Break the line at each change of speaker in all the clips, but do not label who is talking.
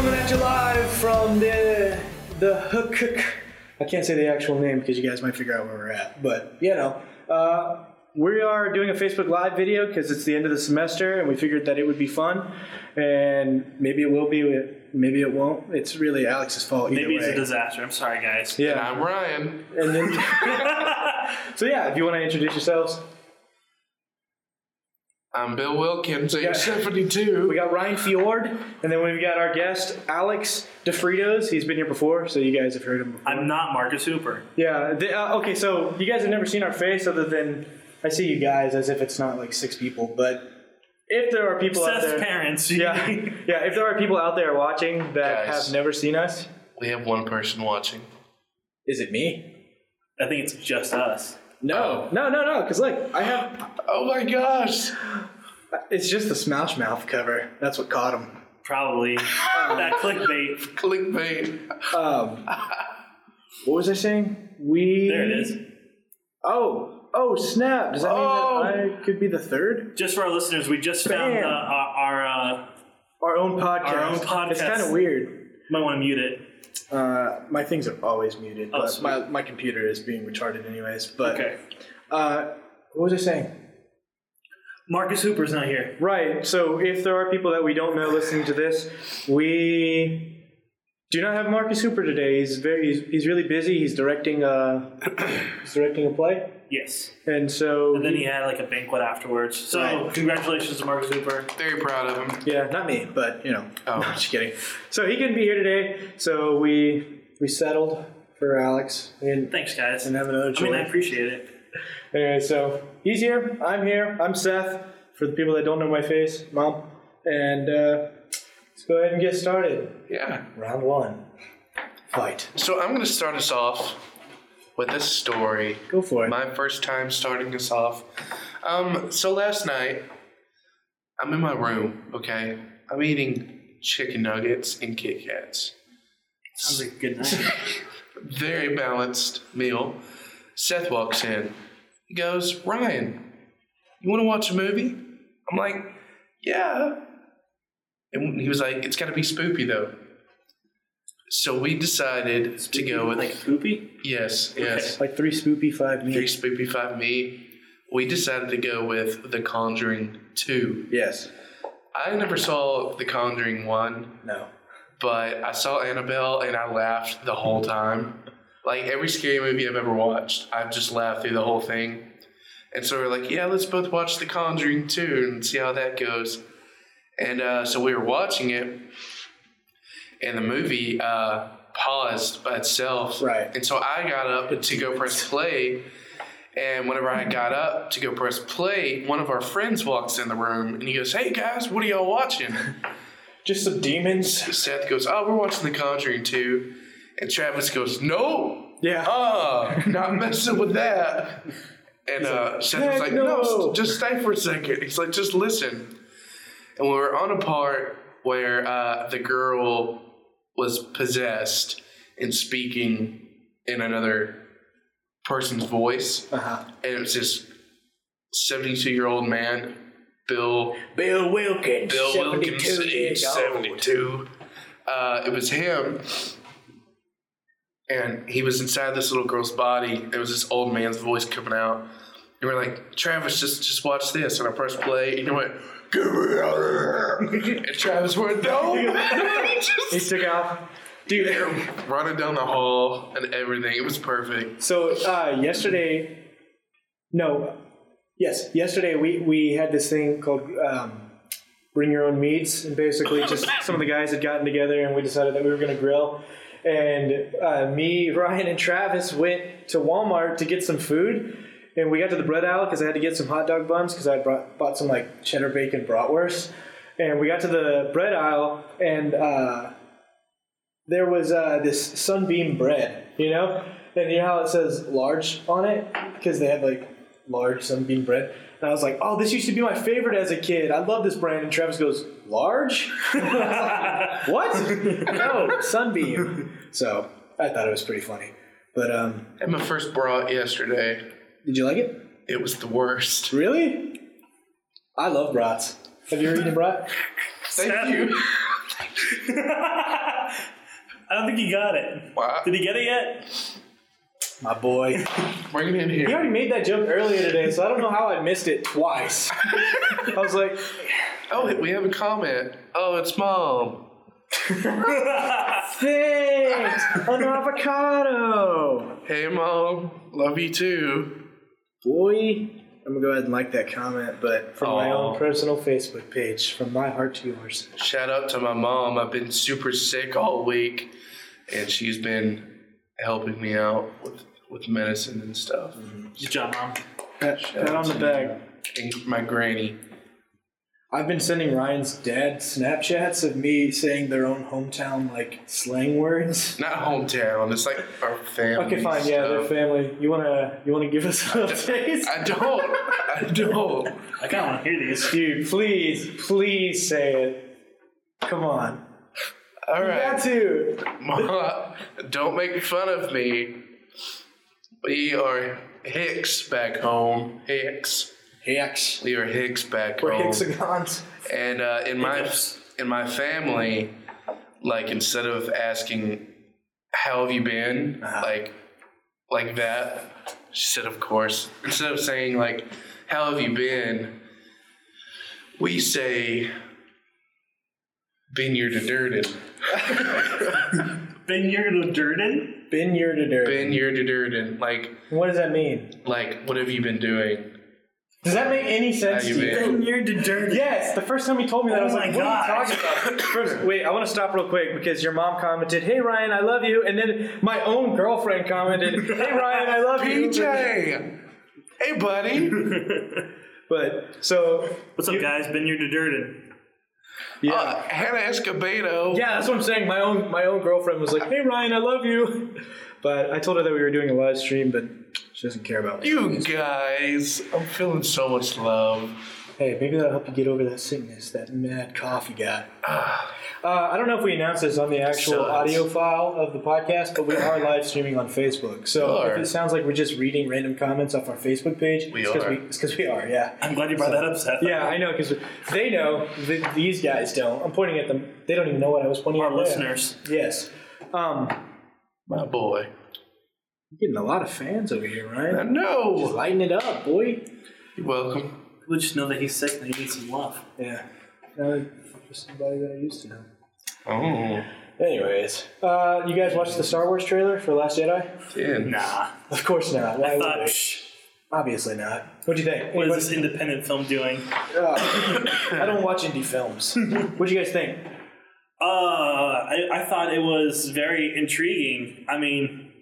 live from the the hook. I can't say the actual name because you guys might figure out where we're at. But you know, uh, we are doing a Facebook Live video because it's the end of the semester, and we figured that it would be fun, and maybe it will be. Maybe it won't. It's really Alex's fault. Either
Maybe it's
way.
a disaster. I'm sorry, guys.
yeah.
And I'm Ryan.
And then, so yeah, if you want to introduce yourselves,
I'm Bill Wilkins, age
Yeah.
72.
we got Ryan Fjord, and then we've got our guest Alex DeFritos. He's been here before, so you guys have heard him. Before.
I'm not Marcus Hooper.
Yeah. The, uh, okay. So you guys have never seen our face, other than I see you guys as if it's not like six people. But if there are people out
Seth's
there,
parents.
yeah, yeah. If there are people out there watching that
Guys.
have never seen us,
We have one person watching.
is it me?
I think it's just us.
No, no, no, no. Because look, I have.
Oh my gosh.
It's just the Smash Mouth cover. That's what caught him.
Probably. that clickbait.
Clickbait.
Um, what was I saying? We
There it is.
Oh, oh snap! Does that mean
Oh.
that I could be the third?
Just for our listeners, we just found
Bam.
uh, our. our uh,
Our own podcast.
Our own podcast.
It's kind of weird.
might want to mute it.
Uh, my things are always muted,
Oh,
but
sweet.
my my computer is being retarded anyways. But
Okay.
uh, what was I saying?
Marcus Hooper's not here.
Right. So if there are people that we don't know listening to this, we do not have Marcus Hooper today. He's very he's, he's really busy. He's directing a he's directing a play,
Yes.
and so
And then he had like a banquet afterwards. So
Right.
congratulations to Marcus Hooper.
Very proud of him.
Yeah, not me, but you know,
Oh.
no, just kidding. So he couldn't be here today, so we we settled for Alex. We didn't,
Thanks, guys.
didn't have another
I mean, I
choice.
appreciate it.
Anyway, so he's here. I'm here. I'm Seth. For the people that don't know my face, Mom, and uh, let's go ahead and get started.
Yeah.
Round one, fight.
So I'm going to start us off with this story.
Go for it.
My first time starting us off. Um, so last night, I'm in my room, okay? I'm eating chicken nuggets and Kit Kats.
Sounds like a good night.
very balanced meal. Seth walks in. He goes, Ryan, you want to watch a movie? I'm like, yeah. And he was like, it's got to be spoopy though. So we decided to go with
like poopy.
yes, yes,
like three spoopy five
three
me.
spoopy five me. We decided to go with The Conjuring Two.
Yes.
I never saw The Conjuring One
No.
but I saw Annabelle and I laughed the whole time. Like every scary movie I've ever watched, I've just laughed through the whole thing. And so we're like, yeah, let's both watch The Conjuring 2 and see how that goes. And uh, so we were watching it, and the movie uh, paused by itself.
Right.
And so I got up to go press play. And whenever I got up to go press play, one of our friends walks in the room and he goes, Hey guys, what are y'all watching?
Just some demons.
Seth goes, "Oh, we're watching The Conjuring 2. and Travis goes, "No,
Yeah.
uh, not messing with that." And uh, Seth was
"Heck
like,
no."
"No, s- just stay for a second. He's like, "Just listen." And we were on a part where uh, the girl was possessed and speaking in another person's voice,
Uh huh.
and it was this seventy-two-year-old man, Bill
Bill Wilkins.
Bill Wilkins, age
years old.
72. Uh, it was him. And he was inside this little girl's body. There was this old man's voice coming out. And we're like, Travis, just just watch this. And I pressed play, and he went, Get me out of here. And Travis went, No.
He
just
took off. Dude,
running down the hall and everything. It was perfect.
So uh, yesterday, no, yes, yesterday we we had this thing called um, bring your own meats, and basically just some of the guys had gotten together and we decided that we were going to grill. And uh, me, Ryan, and Travis went to Walmart to get some food. And we got to the bread aisle because I had to get some hot dog buns because I brought, bought some like cheddar bacon bratwurst. And we got to the bread aisle and uh, there was uh, this sunbeam bread, you know, and you know how it says large on it because they had like large sunbeam bread. And I was like, oh, this used to be my favorite as a kid. I love this brand. And Travis goes, large? what? no, sunbeam. So I thought it was pretty funny. But um,
And my first bra yesterday,
did you like it?
it was the worst.
Really? I love brats. Have you ever eaten a brat?
Thank you.
I don't think he got it.
Wow.
Did he get it yet?
My boy.
Bring him in
He
here.
already made that joke earlier today, so I don't know how I missed it twice. I was like,
Oh, we have a comment. Oh, it's mom.
thanks, an avocado.
Hey, mom. Love you too.
Boy, I'm gonna go ahead and like that comment, but from my
Aw.
own personal Facebook page, from my heart to yours.
Shout out to my mom. I've been super sick all week, and she's been helping me out with, with medicine and stuff.
Good job, mom.
Pat, pat on the back.
And my granny.
I've been sending Ryan's dad Snapchats of me saying their own hometown like slang words.
Not hometown. It's like our family.
Okay, fine. Yeah, their
stuff.
family. You wanna you wanna give us updates?
I don't. I don't.
I kind of want to hear these.
Dude, please, please say it. Come on.
All
You
right.
got to.
Ma, don't make fun of me. We are Hicks back home. Hicks.
Hicks.
We are Hicks back
We're
home.
hexagons.
And uh, in my
Hiccups.
in my family, like instead of asking how have you been,
Uh-huh.
like like that, she said of course. Instead of saying like how have you been, we say been your dedirted.
Ben, you're the Durden?
Been year to dirt.
Been your dedirted. Like
What does that mean?
like what have you been doing?
Does that make any sense to
you
you?
been?
Ben, you're the Durden.
Yes, the first time he told me that, I was
Oh
like,
my
what are
God.
you talking about? First, wait, I want to stop real quick because your mom commented, hey, Ryan, I love you. And then my own girlfriend commented, hey, Ryan, I love you.
PJ Hey buddy.
But so,
What's up, guys? Ben, you're the Durden.
yeah.
Uh, Hannah Escobedo.
yeah, that's what I'm saying. My own my own girlfriend was like, "Hey Ryan, I love you," but I told her that we were doing a live stream, but she doesn't care about me.
You guys, I'm feeling so much love.
Hey, maybe that'll help you get over that sickness, that mad cough you got. Uh, I don't know if we announced this on the actual
Ah. Sucks.
audio file of the podcast, but we are live streaming on Facebook. So
We are.
if it sounds like we're just reading random comments off our Facebook page,
We
it's 'cause
are.
it's because we are. Yeah.
I'm glad you brought that up, Seth.
Yeah, I know because they know. Th- these guys don't. I'm pointing at them. They don't even know what I was pointing
Our
at. there.
listeners.
Yes. Um,
My boy.
You're getting a lot of fans over here,
I
Ryan.
know.
Lighten it up, boy.
You're welcome.
We just know that he's sick and he needs some love.
Yeah. Uh, for somebody that I used to know.
Oh,
Anyways, uh, you guys watched the Star Wars trailer for Last Jedi?
yeah.
Nah.
Of course not. Why
I
would
thought,
they?
psh,
Obviously not. What'd you think?
what
Anybody-
is this independent film doing?
I don't watch indie films. What'd you guys think?
Uh, I, I thought it was very intriguing. I mean,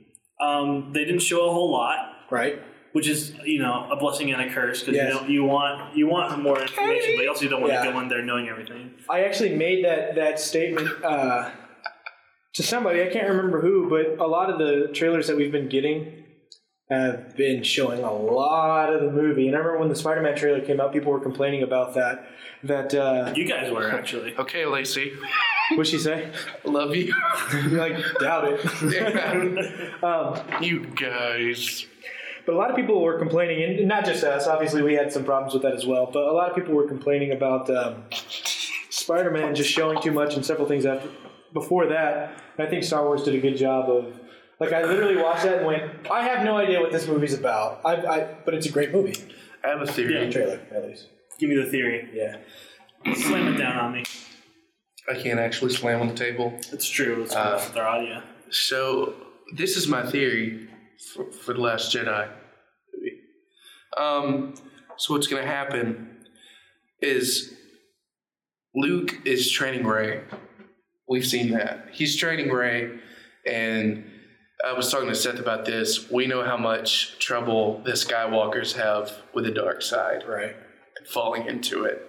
um, they didn't show a whole lot,
Right.
which is you know a blessing and a curse because
Yes.
you don't, you want you want more information, but you also don't want
Yeah.
to go in there knowing everything.
I actually made that that statement uh, to somebody. I can't remember who, but a lot of the trailers that we've been getting have been showing a lot of the movie. And I remember when the Spider-Man trailer came out, people were complaining about that. That uh,
You guys were actually.
Okay, Lacey.
what'd she say?
Love you.
You're like doubt it. Um,
you guys.
But a lot of people were complaining, and not just us. Obviously, we had some problems with that as well. But a lot of people were complaining about um, Spider-Man just showing too much, and several things after before that. And I think Star Wars did a good job of. Like I literally watched that and went, I have no idea what this movie's about. I, I but it's a great movie.
I have a theory.
Trailer, at least.
Give me the theory.
Yeah.
Slam it down on me.
I can't actually slam on the table.
It's true. It's uh, with our audio.
So, this is my theory for, for The Last Jedi. Um, so, what's going to happen is Luke is training Ray. We've seen that. He's training Ray, and I was talking to Seth about this. We know how much trouble the Skywalkers have with the dark side
Right.
and falling into it.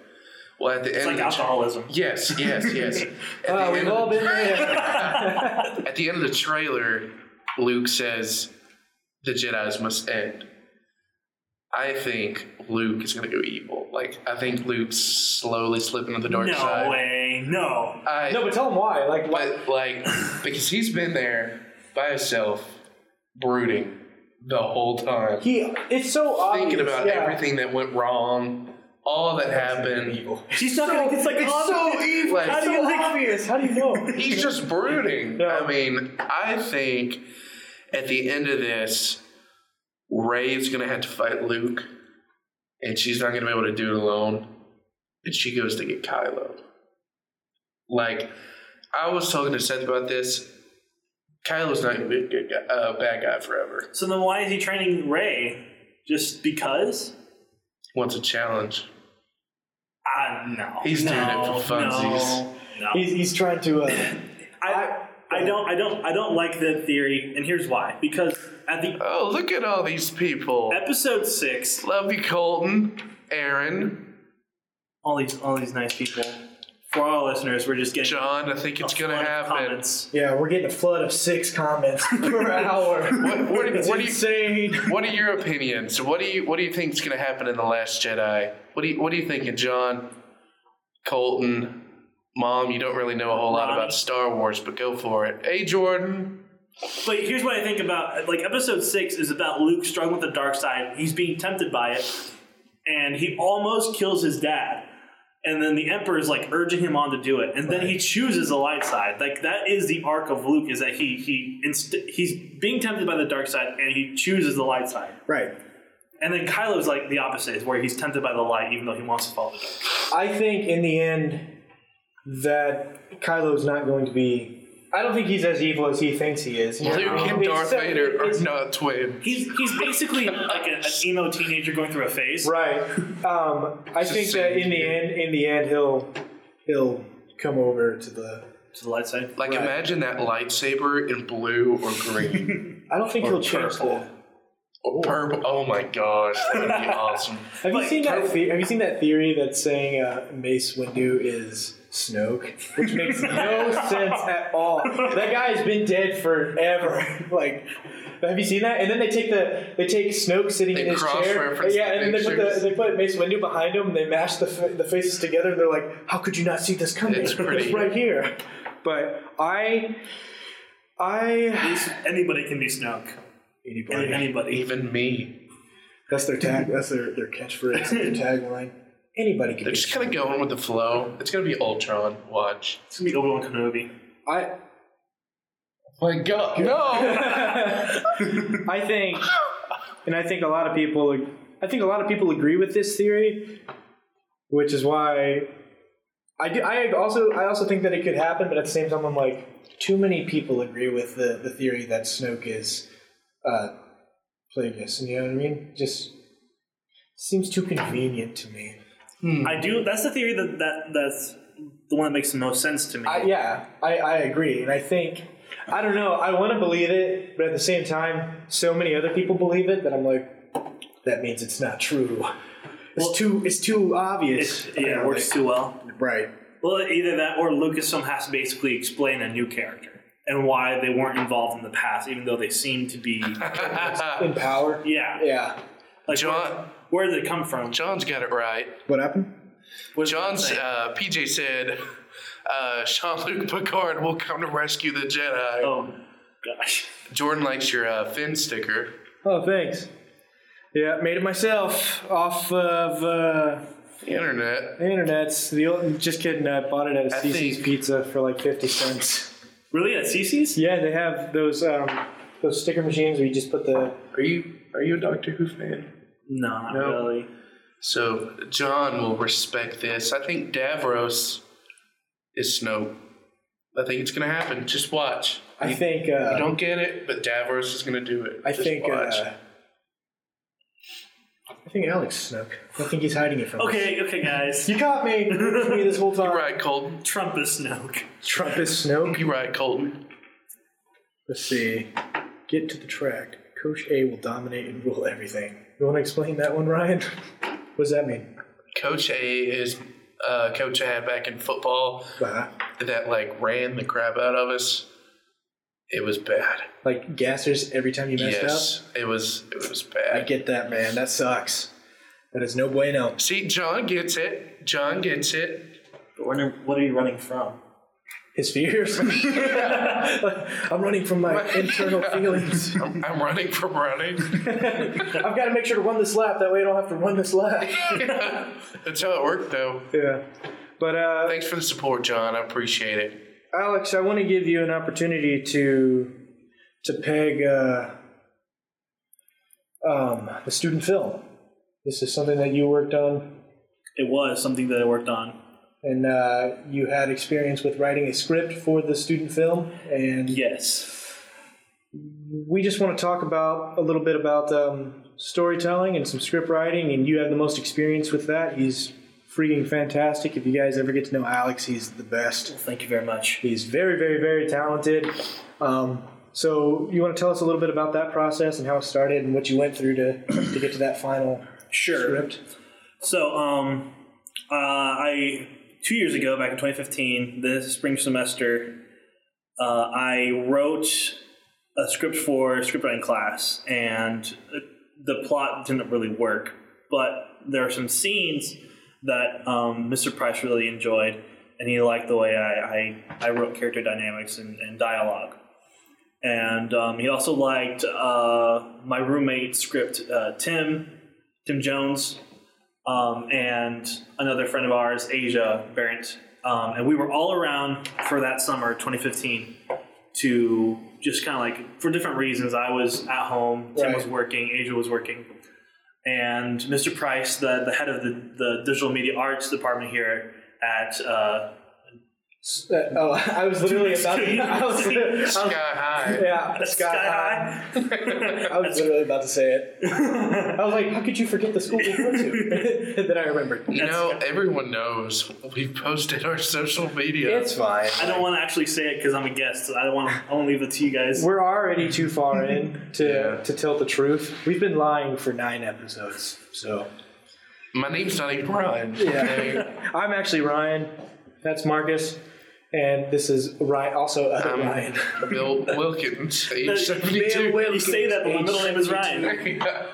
Well, at the
It's
end,
like
of the-
alcoholism.
yes, yes, yes. At the
Uh,
end
we've
of
all
the-
been there.
at the end of the trailer, Luke says the Jedi's must end. I think Luke is gonna go evil. Like I think Luke's slowly slipping to the dark
No
side.
way. No.
I
no, but tell them why. Like, why?
but like because he's been there by himself, brooding the whole time,
He. It's so obvious.
thinking about
yeah.
everything that went wrong, all that happened.
Evil.
She's not gonna. It's like
it's
obvious.
so evil.
Like-
How do you like obvious? How do you know?
He's just brooding.
Yeah.
I mean, I think at the end of this, Ray's gonna have to fight Luke, and she's not gonna be able to do it alone. And she goes to get Kylo. Like, I was talking to Seth about this. Kylo's not gonna be a good guy, uh, bad guy forever.
So then, why is he training Ray? Just because?
Wants a challenge.
Ah, no.
He's
no,
doing it for funsies.
No, no.
He's, he's trying to. Uh,
I, I don't, I don't, I don't like that theory, and here's why. Because at the
Oh, look at all these people.
episode six,
Love you, Colton, Aaron,
all these, all these nice people. For our listeners, we're just getting
John. I think it's
a
gonna
flood of
happen.
Oh, comments.
yeah, we're getting a flood of six comments per hour.
What, what,
It's
what do you
insane.
What are your opinions? What do you What do you think is going to happen in the Last Jedi? What do you What are you thinking, John, Colton, Mom? You don't really know a whole lot
Ronnie.
about Star Wars, but go for it. Hey, Jordan.
But here's what I think about like episode six is about Luke struggling with the dark side. He's being tempted by it, and he almost kills his dad. And then the Emperor is like urging him on to do it, and then he chooses the light side. Like that is the arc of Luke is that he he inst- he's being tempted by the dark side, and he chooses the light side.
Right.
And then Kylo's like the opposite, is where he's tempted by the light, even though he wants to follow the dark.
I think in the end that Kylo's not going to be. I don't think he's as evil as he thinks he is.
Luke and Darth
Except-
Vader are not twins.
He's he's basically like a, an emo teenager going through a phase.
Right. Um, I
It's the
think that
same
in the
dude.
end, in the end, he'll he'll come over to the.
To the light side.
Like imagine that lightsaber in blue or green
I don't think
Or
he'll change
purple.
the.
or purple. Oh my gosh, that would be awesome.
Have you
Like,
seen that?
Kylo-
The- have you seen that theory that's saying uh, Mace Windu is Snoke, which makes no sense at all. That guy has been dead forever. like, have you seen that? And then they take the they take Snoke sitting
They
in his chair.
cross-reference
Yeah,
the
and then they put the,
pictures.
they put Mace Windu behind him. And they mash the fa- the faces together. And they're like, "How could you not see this coming?
It's pretty.
right here." But I, I
He's- Anybody can be Snoke. Any- Anybody.
Even me.
That's their tag. That's their their catchphrase. Their tagline. Anybody can.
They're
be
just kind of going with the flow. It's gonna be Ultron. Watch.
It's gonna be Obi Wan Kenobi.
I
My God, no.
I think, and I think a lot of people, I think a lot of people agree with this theory, which is why I do. I also, I also think that it could happen, but at the same time, I'm like, too many people agree with the the theory that Snoke is uh, Plagueis, and you know what I mean? Just seems too convenient to me.
I do. That's the theory that, that that's the one that makes the most sense to me.
I, yeah, I, I agree, and I think I don't know. I want to believe it, but at the same time, so many other people believe it that I'm like, that means it's not true. It's too it's too obvious.
It- yeah, it works too well.
right.
Well, either that or Lucasfilm has to basically explain a new character and why they weren't involved in the past, even though they seem to be.
In power.
Yeah,
Yeah.
like
John.
where, where did it come from?
John's got it right.
What happened?
What's
John's
the thing?
uh, PJ said, uh, "Sean Luc Picard will come to rescue the Jedi."
Oh gosh.
Jordan likes your uh, Finn sticker.
Oh, thanks. Yeah, made it myself off of uh,
The internet.
the internet's. The old, just kidding. I bought it at a
I
CC's
think-
Pizza for like fifty cents.
Really, at CC's?
Yeah, they have those um, those sticker machines where you just put the
Are you Are you a Doctor Who fan?
No, not
No.
really.
So John will respect this. I think Davros is Snoke. I think it's gonna happen. Just watch.
I think
You
uh,
don't get it, but Davros is gonna do it.
I
Just
think
watch.
uh, I think Alex snuck. I think he's hiding it from us.
Okay, okay, guys.
You caught me. You caught me this whole time.
You're right, Colton.
Trump is Snoke.
Trump is Snoke.
You're right, Colton.
Let's see. Get to the track. Coach A will dominate and rule everything. You want to explain that one, Ryan? What does that mean?
Coach A is uh, Coach I had back in football.
Uh,
that like ran the crap out of us. It was bad.
like gassers every time you messed
yes, it was. It was
up. I
bad.
get that, man. That sucks. That is no bueno.
See, John gets it. John gets it.
But what are you running from?
his fears. Like, I'm running from my internal feelings.
I'm, I'm running from running.
I've got to make sure to run this lap. That way I don't have to run this lap.
That's how it worked, though.
Yeah. But uh,
Thanks for the support, John. I appreciate it.
Alex, I want to give you an opportunity to to peg uh, um, the student film. This is something that you worked on,
It was something that I worked on.
and uh, you had experience with writing a script for the student film. And
Yes.
we just want to talk about a little bit about um, storytelling and some script writing. And you have the most experience with that. He's freaking fantastic. If you guys ever get to know Alex, he's the best.
Thank you very much.
He's very, very, very talented. Um, so, you want to tell us a little bit about that process and how it started and what you went through to, to get to that final
Sure.
script?
So, um, uh, I two years ago, back in 2015, this spring semester, uh, I wrote a script for a scriptwriting class, and the plot didn't really work. But there are some scenes that um, Mr. Price really enjoyed, and he liked the way I, I, I wrote character dynamics and, and dialogue. And um, he also liked uh, my roommate script, uh, Tim, Tim Jones, um, and another friend of ours, Asia Barrett. Um, and we were all around for that summer, 2015, to just kind of like, for different reasons. I was at home, Tim was
Right.
working, Asia was working. And Mr. Price, the, the head of the, the digital media arts department here at uh,
S- uh, oh, I was literally about to. I was, I was-
Oh,
Sky high.
yeah, Sky High. I was literally about to say it. I was like, how could you forget the school we go to? And then I remembered.
You know, everyone knows we've posted our social media.
It's fine.
I don't want to actually say it because I'm a guest. So I don't want. I want to leave it to you guys.
We're already too far in to,
Yeah.
to tell the truth. We've been lying for nine episodes, so.
My name's not even Ryan. okay?
Yeah. I'm actually Ryan. That's Marcus. And this is Ryan, also other
I'm
Ryan.
Bill Wilkins,
You
age
say-
72.
you say that, but my middle name is Ryan.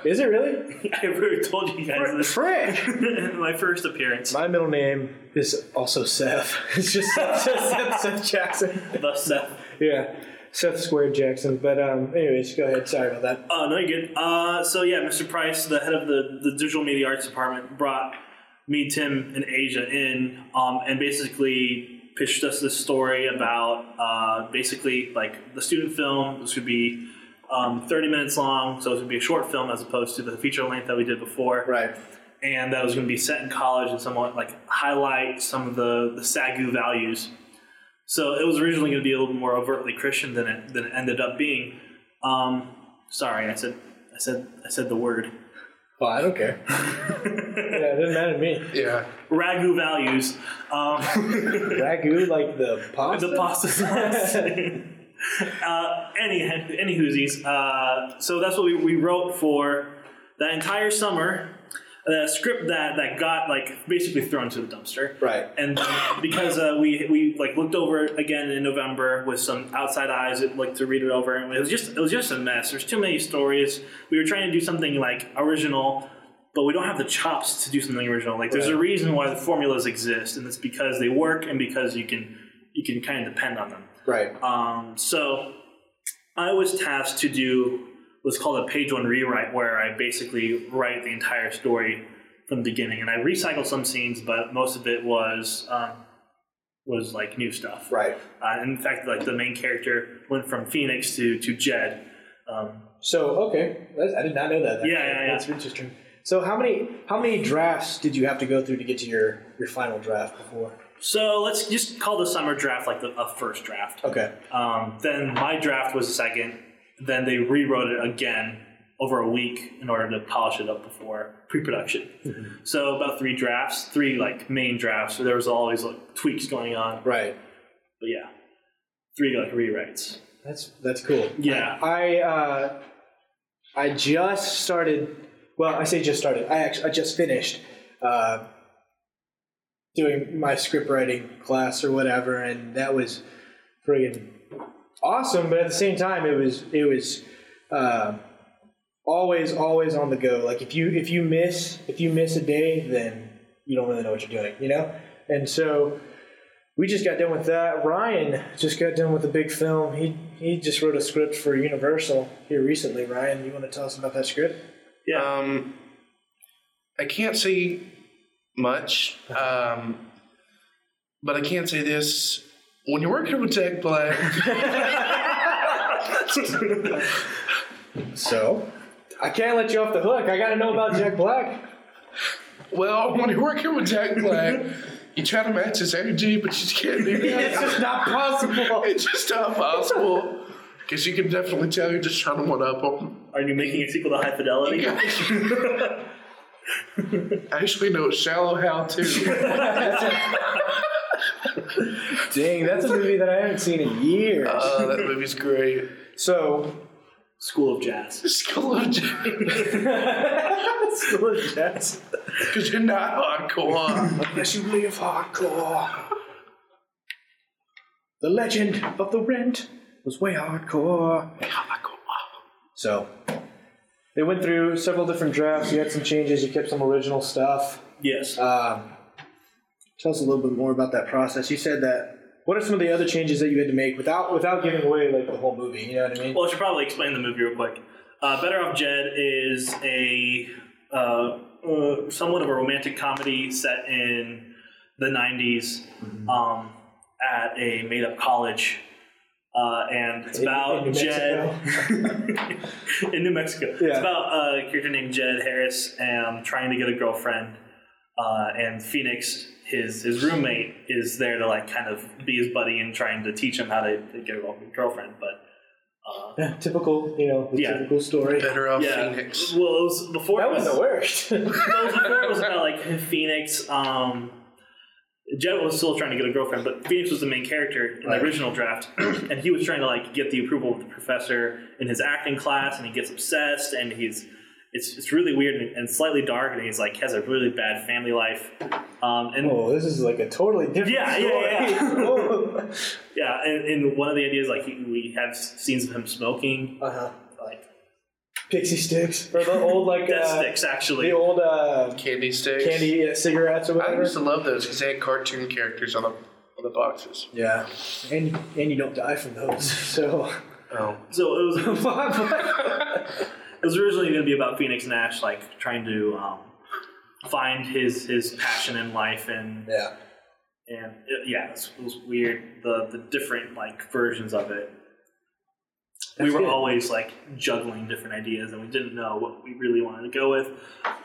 Is it really?
I already told you guys this
Frick!
in my first appearance.
My middle name is also Seth. It's just Seth, Seth, Seth, Seth Jackson.
Thus, Seth.
Yeah, Seth Squared Jackson. But um, anyways, go ahead. Sorry about that.
Oh no, you're good. Uh, so yeah, Mr. Price, the head of the, the digital media arts department, brought me, Tim, and Asia in, um, and basically pitched us this story about uh, basically like the student film. This would be um, thirty minutes long, so it would be a short film as opposed to the feature length that we did before
Right.
and that was going to be set in college and somewhat like highlight some of the, the SAGU values. So it was originally going to be a little more overtly Christian than it than it ended up being. Um, sorry, I said I said I said the word
Well, I don't care. yeah, it doesn't matter to me.
yeah.
ragu values. Um,
Ragu, like the pasta?
the pasta sauce. uh, any any hoosies. Uh, so that's what we, we wrote for that entire summer. The script that that got like basically thrown to the dumpster.
Right.
And because uh, we we like looked over it again in November with some outside eyes, that like to read it over, and it was just it was just a mess. There's too many stories. We were trying to do something like original, but we don't have the chops to do something original. Like there's a reason why the formulas exist, and it's because they work and because you can you can kind of depend on them.
Right.
Um, so I was tasked to do what's called a page one rewrite, where I basically write the entire story from the beginning, and I recycled some scenes, but most of it was um, was like new stuff.
Right.
Uh, in fact, like the main character went from Phoenix to to Jed. Um,
So okay, That's, I did not know that. actually.
Yeah, yeah, yeah.
That's interesting. So how many how many drafts did you have to go through to get to your your final draft before?
so let's just call the summer draft like the a first draft.
Okay,
Um, then my draft was the second. Then they rewrote it again over a week in order to polish it up before pre-production. So about three drafts, three like main drafts. So there was always like tweaks going on.
right.
But yeah, three like rewrites.
That's that's cool.
Yeah.
I uh, I just started. Well, I say just started. I actually I just finished uh, doing my script writing class or whatever, and that was friggin' awesome. But at the same time, it was it was uh, always always on the go. Like if you if you miss if you miss a day, then you don't really know what you're doing, you know. And so we just got done with that. Ryan just got done with a big film. He he just wrote a script for Universal here recently. Ryan, you want to tell us about that script?
Yeah.
Um, I can't say much, um, but I can say this. When you're working with Jack Black,
So, I can't let you off the hook. I got to know about Jack Black.
well, when you're working with Jack Black, you try to match his energy, but you just can't do
It's
that.
just not possible.
it's just not possible. Because you can definitely tell you're just trying to one up him.
Are you making a sequel to High Fidelity?
Actually, no, shallow how to.
Dang, that's a movie that I haven't seen in years.
Uh, that movie's great.
so,
School of Jazz.
School of Jack.
School of Jazz.
Because you're not hardcore.
Unless you live hardcore. The legend of the rent was way hardcore. So they went through several different drafts. You had some changes. You kept some original stuff.
Yes.
Um, tell us a little bit more about that process. You said that. What are some of the other changes that you had to make without without giving away like the whole movie? You know what I mean?
Well, I should probably explain the movie real quick. Uh, Better Off Jed is a uh, uh, somewhat of a romantic comedy set in the 90s
Mm-hmm.
um, at a made up college. Uh, and it's
In-
about
in New
Jed in New Mexico. It's
Yeah.
about a character named Jed Harris um, trying to get a girlfriend, uh, and Phoenix, his his roommate, is there to like kind of be his buddy and trying to teach him how to, to get a girlfriend. But
Yeah, typical, you know, the
Yeah.
typical story. That
Better off
Yeah.
Phoenix.
Well, it was before it
was
was,
the worst.
it was before it was about like Phoenix. Um, Jet was still trying to get a girlfriend, but Phoenix was the main character in
Right.
the original draft, and he was trying to like get the approval of the professor in his acting class, and he gets obsessed, and he's it's it's really weird and, and slightly dark, and he's like has a really bad family life, um, and
oh, this is like a totally different
Yeah,
story. Oh.
yeah, yeah.
Whoa.
yeah, and, and one of the ideas like he, we have scenes of him smoking,
uh-huh.
like
Pixie sticks or the old like
death
uh,
sticks actually.
the old uh,
Candy sticks.
candy uh, cigarettes or
I
whatever.
used to love those because they had cartoon characters on the on the boxes.
Yeah, and and you don't die from those. So
Oh,
so it was
yeah,
It was originally going to be about Phoenix Nash, like trying to um, find his his passion in life, and and it, yeah, it was, it was weird the the different like versions of it. we
That's
were
good.
always like juggling different ideas, and we didn't know what we really wanted to go with.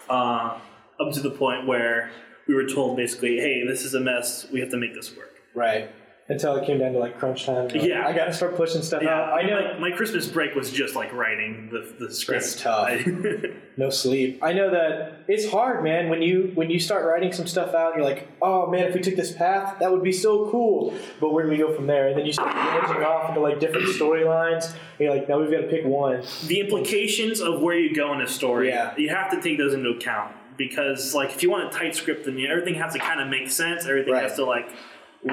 Uh, up to the point where we were told basically, "Hey, this is a mess. We have to make this work."
right. Until it came down to like crunch time. like,
Yeah.
I gotta start pushing stuff
Yeah,
out. I know.
My, my Christmas break was just like writing the the script.
That's tough.
I-
no sleep. I know that it's hard, man. When you when you start writing some stuff out, you're like, oh man, if we took this path, that would be so cool. But where do we go from there? And then you start branching off into like different storylines. and You're like, now we've got to pick one.
the implications of where you go in a story
Yeah.
you have to take those into account because like if you want a tight script then you, everything has to kind of make sense everything
Right.
has to like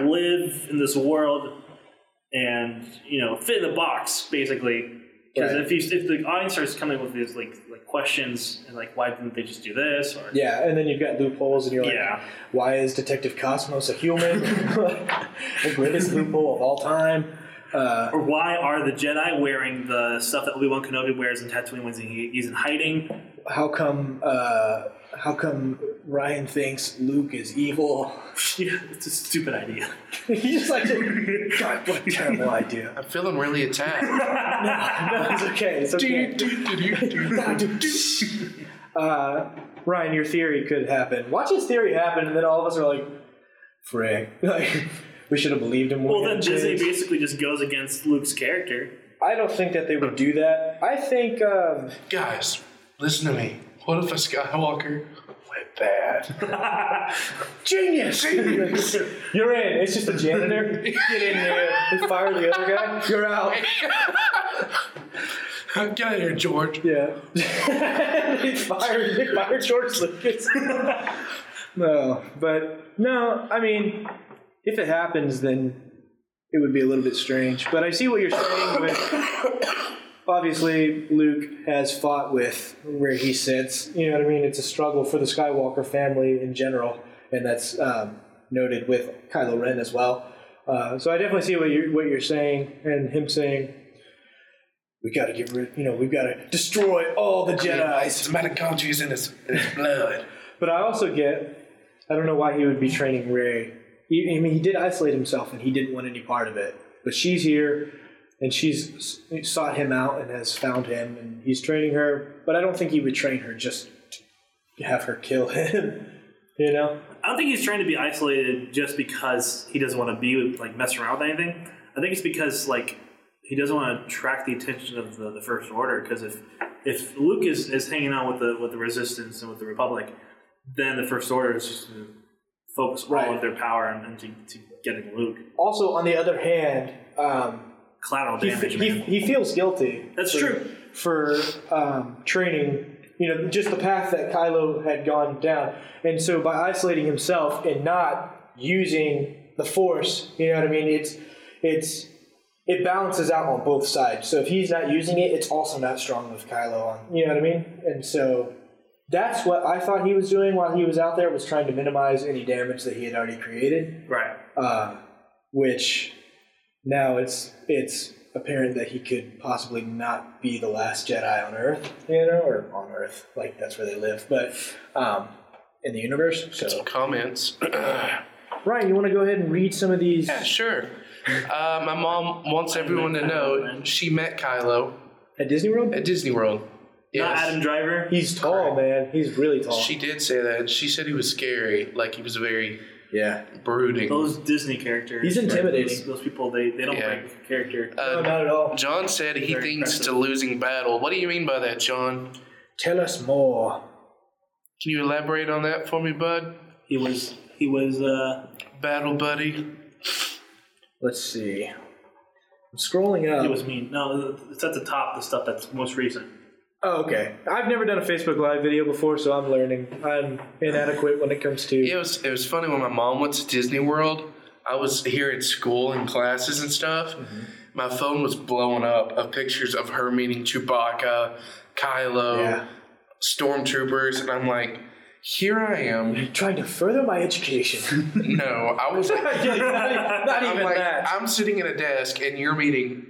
live in this world and you know fit in the box basically because
Right.
if you if the audience starts coming with these like like questions and like why didn't they just do this or
Yeah, and then you've got loopholes, and you're like,
Yeah.
why is Detective Cosmos a human? the greatest loophole of all time. Uh,
or why are the Jedi wearing the stuff that Obi Wan Kenobi wears in Tatooine when he, he's in hiding?
how come? Uh, how come Ryan thinks Luke is evil?
Yeah, it's a stupid idea.
He's just like, God, what a terrible idea.
I'm feeling really attacked.
No, it's okay. It's
Do,
okay.
do, do, do, do.
Uh, Ryan, your theory could happen. Watch his theory happen, and then all of us are like, frick. Like, we should have believed him. when
Well,
we had
then
a
Disney
chance.
basically just goes against Luke's character.
I don't think that they would do that. I think. Um,
Guys, listen to me. What if a Skywalker went bad?
Genius! You're in. It's just a janitor. Get in there. They fire the other guy. You're out.
Get out of here, George.
Yeah. they fire. They fire George Lucas. no, but no. I mean, if it happens, then it would be a little bit strange. But I see what you're saying. With obviously, Luke has fought with where he sits. You know what I mean? It's a struggle for the Skywalker family in general, and that's um, noted with Kylo Ren as well. Uh, so I definitely see what you're what you're saying, and him saying, "We got to get rid. You know, we've got to destroy all the Jedi's."
It's mitochondria is in his, in his blood.
But I also get, I don't know why he would be training Ray. He, I mean, he did isolate himself, and he didn't want any part of it. But she's here, and she's s- sought him out and has found him, and he's training her. But I don't think he would train her just to have her kill him. you know?
I don't think he's trying to be isolated just because he doesn't want to be with, like mess around with anything. I think it's because like he doesn't want to attract the attention of the, the First Order. Because if if Luke is, is hanging out with the with the Resistance and with the Republic, then the First Order is just going to focus all
Right.
of their power and, to, to getting Luke
Also, on the other hand, um,
collateral
he,
damage.
he,
man.
he feels guilty.
That's
for-
true.
For um, training, you know, just the path that Kylo had gone down. And so by isolating himself and not using the Force, you know what I mean? It's, it's, it balances out on both sides. So if he's not using it, it's also not strong with Kylo on. You know what I mean? And so that's what I thought he was doing while he was out there was trying to minimize any damage that he had already created
Right.
uh, which now it's it's apparent that he could possibly not be the last Jedi on Earth, you know, or on Earth, like that's where they live, but um, in the universe. So,
Comments.
Ryan, you want to go ahead and read some of these?
Yeah, sure. Uh, my mom wants everyone to know she met Kylo
At Disney World,
at Disney World.
Not
Yes.
Adam Driver.
he's tall, man. He's really tall.
Oh. She did say that. She said he was scary. Like he was very
yeah.
brooding.
Those Disney characters.
He's intimidating.
Those, those people, they, they don't
Yeah.
break the character.
No,
Uh,
not at all.
John said he
Very
thinks it's a
impressive.
losing battle. What do you mean by that, John?
Tell us more.
Can you elaborate on that for me, bud?
He was he was uh,
Battle buddy.
Let's see. I'm scrolling up.
he was mean. No, it's at the top. The stuff that's most recent.
oh, okay. I've never done a Facebook Live video before, so I'm learning. I'm inadequate when it comes to.
It was it was funny when my mom went to Disney World. I was here at school and classes and stuff.
Mm-hmm.
My phone was blowing up of pictures of her meeting Chewbacca, Kylo,
Yeah.
stormtroopers, and I'm like, here I am.
Trying to further my education.
no, I was like,
Yeah, not, e- not
I'm
even
like,
that.
I'm sitting at a desk and you're meeting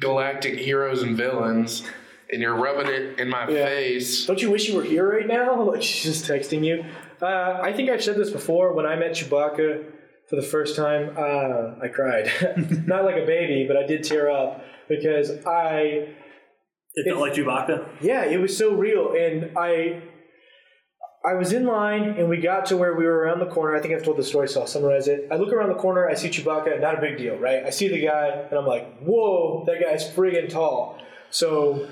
galactic heroes and villains, and you're rubbing it in my
Yeah.
face.
Don't you wish you were here right now? Like she's just texting you. Uh, I think I've said this before. When I met Chewbacca for the first time, uh, I cried. Not like a baby, but I did tear up because I
It felt like Chewbacca.
yeah, it was so real. And I I was in line and we got to where we were around the corner. I think I've told the story, so I'll summarize it. I look around the corner, I see Chewbacca, not a big deal, right? I see the guy and I'm like, whoa, that guy's friggin' tall. So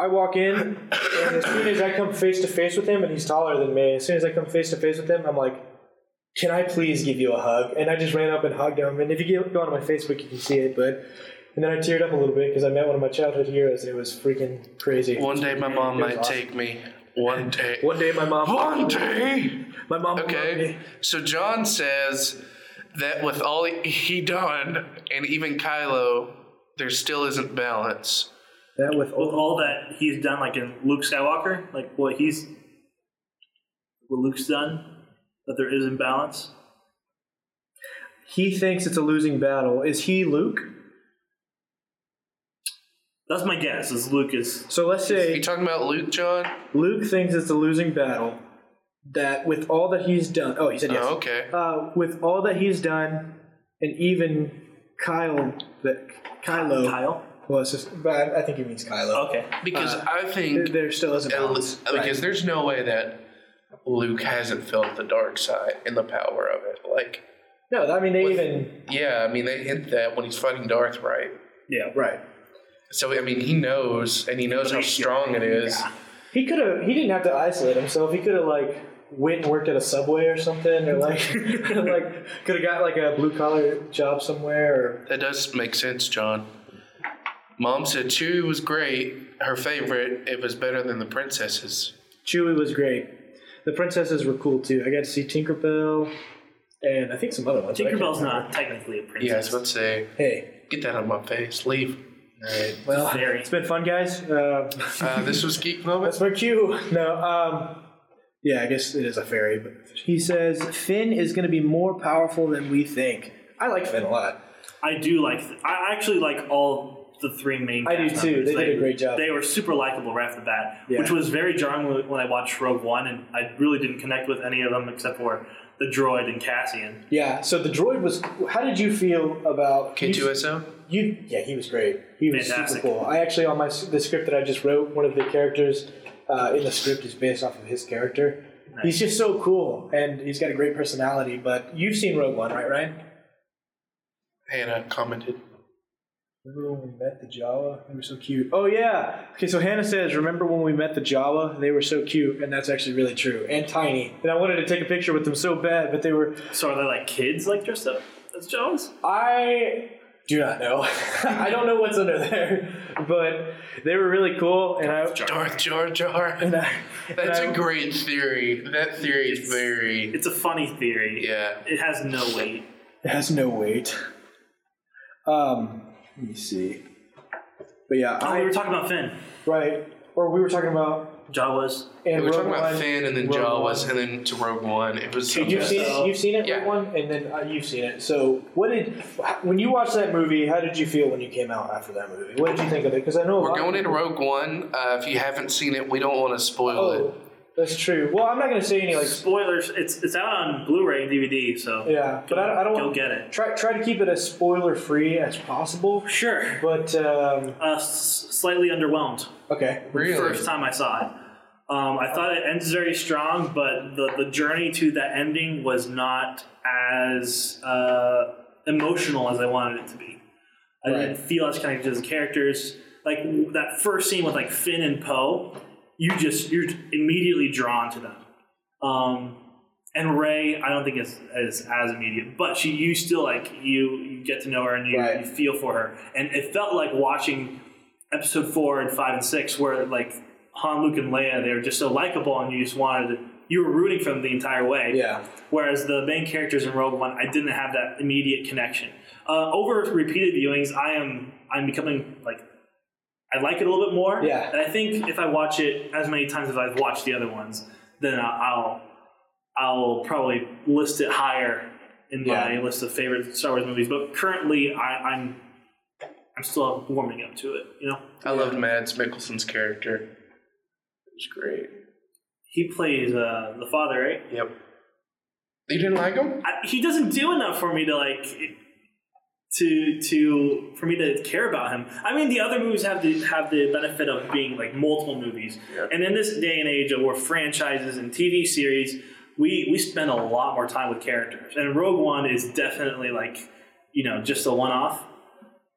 I walk in and as soon as I come face to face with him, and he's taller than me, as soon as I come face to face with him, I'm like, can I please give you a hug? And I just ran up and hugged him. And if you get- go onto my Facebook, you can see it, but. And then I teared up a little bit because I met one of my childhood heroes, and it was freaking crazy.
One day my mom
It was
might
awesome.
take me. One day.
One day my mom.
One day.
My mom. will love
Okay.
me.
So John says that with all he done, and even Kylo, there still isn't balance.
That with
With
all.
all that he's done, like in Luke Skywalker, like what he's what Luke's done, that there is imbalance.
He thinks it's a losing battle. Is he Luke?
That's my guess. Is Luke is
So let's
Are you
say
talking about Luke, John?
Luke thinks it's a losing battle. That with all that he's done. Oh, he said yes.
Oh, okay.
Uh, with all that he's done, and even Kyle, that Kylo.
Kyle.
Well, it's just, but I I think he means Kylo.
Okay.
Because
Uh,
I think
There still isn't
And Lu-
balance.
Because there's no way that Luke hasn't felt the dark side and the power of it. Like,
No, I mean they even.
yeah, I mean, they hint that when he's fighting Darth, right?
Yeah.
Right.
So, I mean, he knows, and he knows how strong it is.
He could have. He didn't have to isolate himself. He could have like went and worked at a subway or something, or like like could have got like a blue collar job somewhere.
That does make sense, John. Mom said Chewie was great, her favorite. It was better than the princesses.
Or Chewie was great. The princesses were cool too. I got to see Tinkerbell, and I think some other ones. but I can't
Tinkerbell's
remember.
not technically a
Yeah, I
princess.
was about to say,
Hey,
get that out of my face. Leave.
well,
Very.
it's been fun, guys. Uh,
Uh, this was Geek Moment.
that's my cue. No, um, Yeah, I guess it is a fairy. But he says Finn is going to be more powerful than we think. I like Finn a lot.
I do like. Th- I actually like all the three main.
I do
cast
too.
members.
They did a great job.
They were super likable right off the bat,
Yeah.
which was very jarring when- when I watched Rogue One, and I really didn't connect with any of them except for the droid and Cassian.
Yeah. So the droid was. How did you feel about you-
K2SO?
You, yeah, he was great. He was
Fantastic.
super cool. I actually on my s- the script that I just wrote, one of the characters uh, in the script is based off of his character. He's just so cool, and he's got a great personality. But you've seen Rogue One, right, Ryan?
Hannah commented.
Remember when we met the Jawa? They were so cute. Oh yeah. Okay, so Hannah says, "Remember when we met the Jawa? They were so cute," and that's actually really true. And tiny. And I wanted to take a picture with them so bad, but they were.
So are they like kids, like dressed up as Jawas?
I do not know. I don't know what's under there, but they were really cool, and I.
Jar, jar, jar.
And I, and
That's
I-
a great theory. That theory is
It's-
very.
It's a funny theory.
Yeah.
It has no weight.
It has no weight. Um, let me see. But yeah,
Oh, we
I
were talking about Finn.
right. Or we were talking about
Jawas.
and
We were
Rogue
talking about
One,
Finn and then
Rogue
Jawas
One.
and then to Rogue One. It was. uh,
Dude, you've seen it. You've seen it,
Yeah.
Rogue One, and then uh, you've seen it. So, what did when you watched that movie? How did you feel when you came out after that movie? What did you think of it? Because I know a
We're
lot
going
of,
into Rogue One. Uh, if you haven't seen it, we don't want to spoil
Oh, that's true. Well, I'm not going to say any like
Spoilers. It's it's out on Blu-ray and DVD, so
yeah, but I, I don't
go get it.
Try try to keep it as spoiler free as possible.
Sure.
But um,
Uh, s- slightly underwhelmed.
okay,
it. Really?
first time I saw it. Um, I thought it ends very strong, but the, the journey to that ending was not as uh, emotional as I wanted it to be. I
Right.
didn't feel as connected to the characters. Like w- that first scene with like Finn and Poe, you just you're immediately drawn to them. Um, and Ray, I don't think is, is as immediate, but she you still like you, you get to know her and you,
Right.
you feel for her, and it felt like watching episode four and five and six where like Han, Luke, and Leia they were just so likable and you just wanted to, you were rooting for them the entire way.
yeah,
Whereas the main characters in Rogue One, I didn't have that immediate connection. Uh, over repeated viewings, I am I'm becoming like I like it a little bit more.
Yeah.
And I think if I watch it as many times as I've watched the other ones, then I'll I'll probably list it higher in
Yeah.
my list of favorite Star Wars movies. But currently, I, I'm I'm still warming up to it. You know,
I loved Mads Mikkelsen's character. It was great.
he plays uh, the father, right?
Yep. You didn't like him?
I, he doesn't do enough for me to like to to for me to care about him. I mean, the other movies have the have the benefit of being like multiple movies,
Yeah.
and in this day and age of where franchises and TV series, we we spend a lot more time with characters. And Rogue One is definitely like you know just a one off.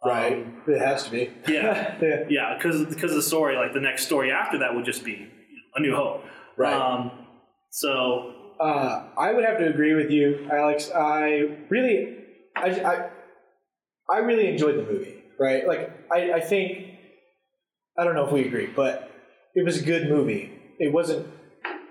right. it has to be.
yeah.
yeah.
Yeah, because because the story like the next story after that would just be A New Hope.
Right.
Um, so
Uh, I would have to agree with you, Alex. I really, I, I, I really enjoyed the movie, right? Like, I, I think, I don't know if we agree, but it was a good movie. It wasn't,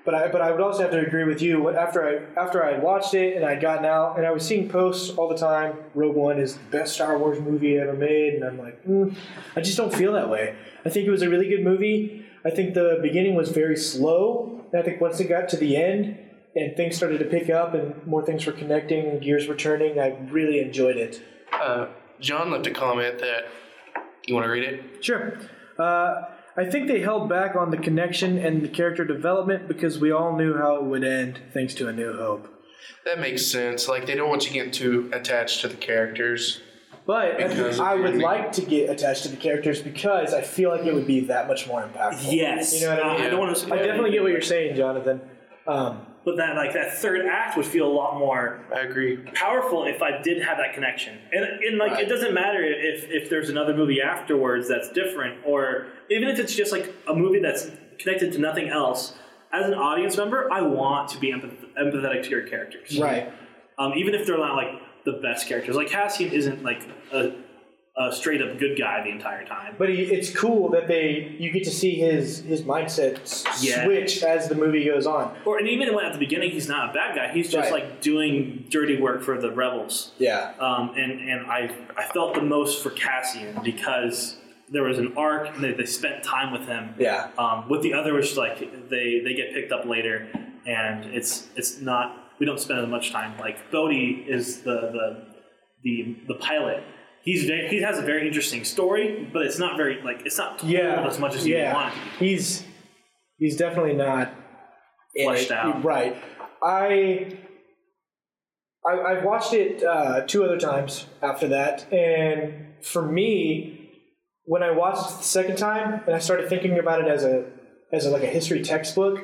but I, but I would also have to agree with you. What after I after I had watched it and I'd gotten out and I was seeing posts all the time. Rogue One is the best Star Wars movie ever made, and I'm like, mm, I just don't feel that way. I think it was a really good movie. I think the beginning was very slow, and I think once it got to the end and things started to pick up and more things were connecting and gears were turning, I really enjoyed it.
Uh, John left a comment that. You want to read it?
Sure. Uh, I think they held back on the connection and the character development because we all knew how it would end, thanks to A New Hope.
That makes sense. Like, they don't want you getting too attached to the characters.
But I-
Because of
I
the
would
ending.
like to get attached to the characters because I feel like it would be that much more impactful.
yes,
You know what I
Uh,
mean?
don't want to.
I definitely get what you're saying, Jonathan. Um,
But that like that third act would feel a lot more
I agree.
powerful if I did have that connection. And and like
Right.
it doesn't matter if if there's another movie afterwards that's different, or even if it's just like a movie that's connected to nothing else. As an audience member, I want to be empath- empathetic to your characters,
right.
um, even if they're not like the best characters. Like Cassian isn't like a, a straight up good guy the entire time.
But he, it's cool that they you get to see his his mindset s-
Yeah.
switch as the movie goes on.
Or and even when at the beginning he's not a bad guy, he's just
Right.
like doing dirty work for the rebels.
Yeah.
um, and and I I felt the most for Cassian because there was an arc and they, they spent time with him.
Yeah.
Um, with the other was like they they get picked up later and it's it's not we don't spend as much time. Like Bodhi is the the the, the pilot. He's very, he has a very interesting story, but it's not very like it's not told
yeah,
as much as
yeah.
you want.
He's he's definitely not in
Fleshed
it.
out.
right? I, I I've watched it uh, two other times after that, and for me, when I watched it the second time and I started thinking about it as a as a, like a history textbook,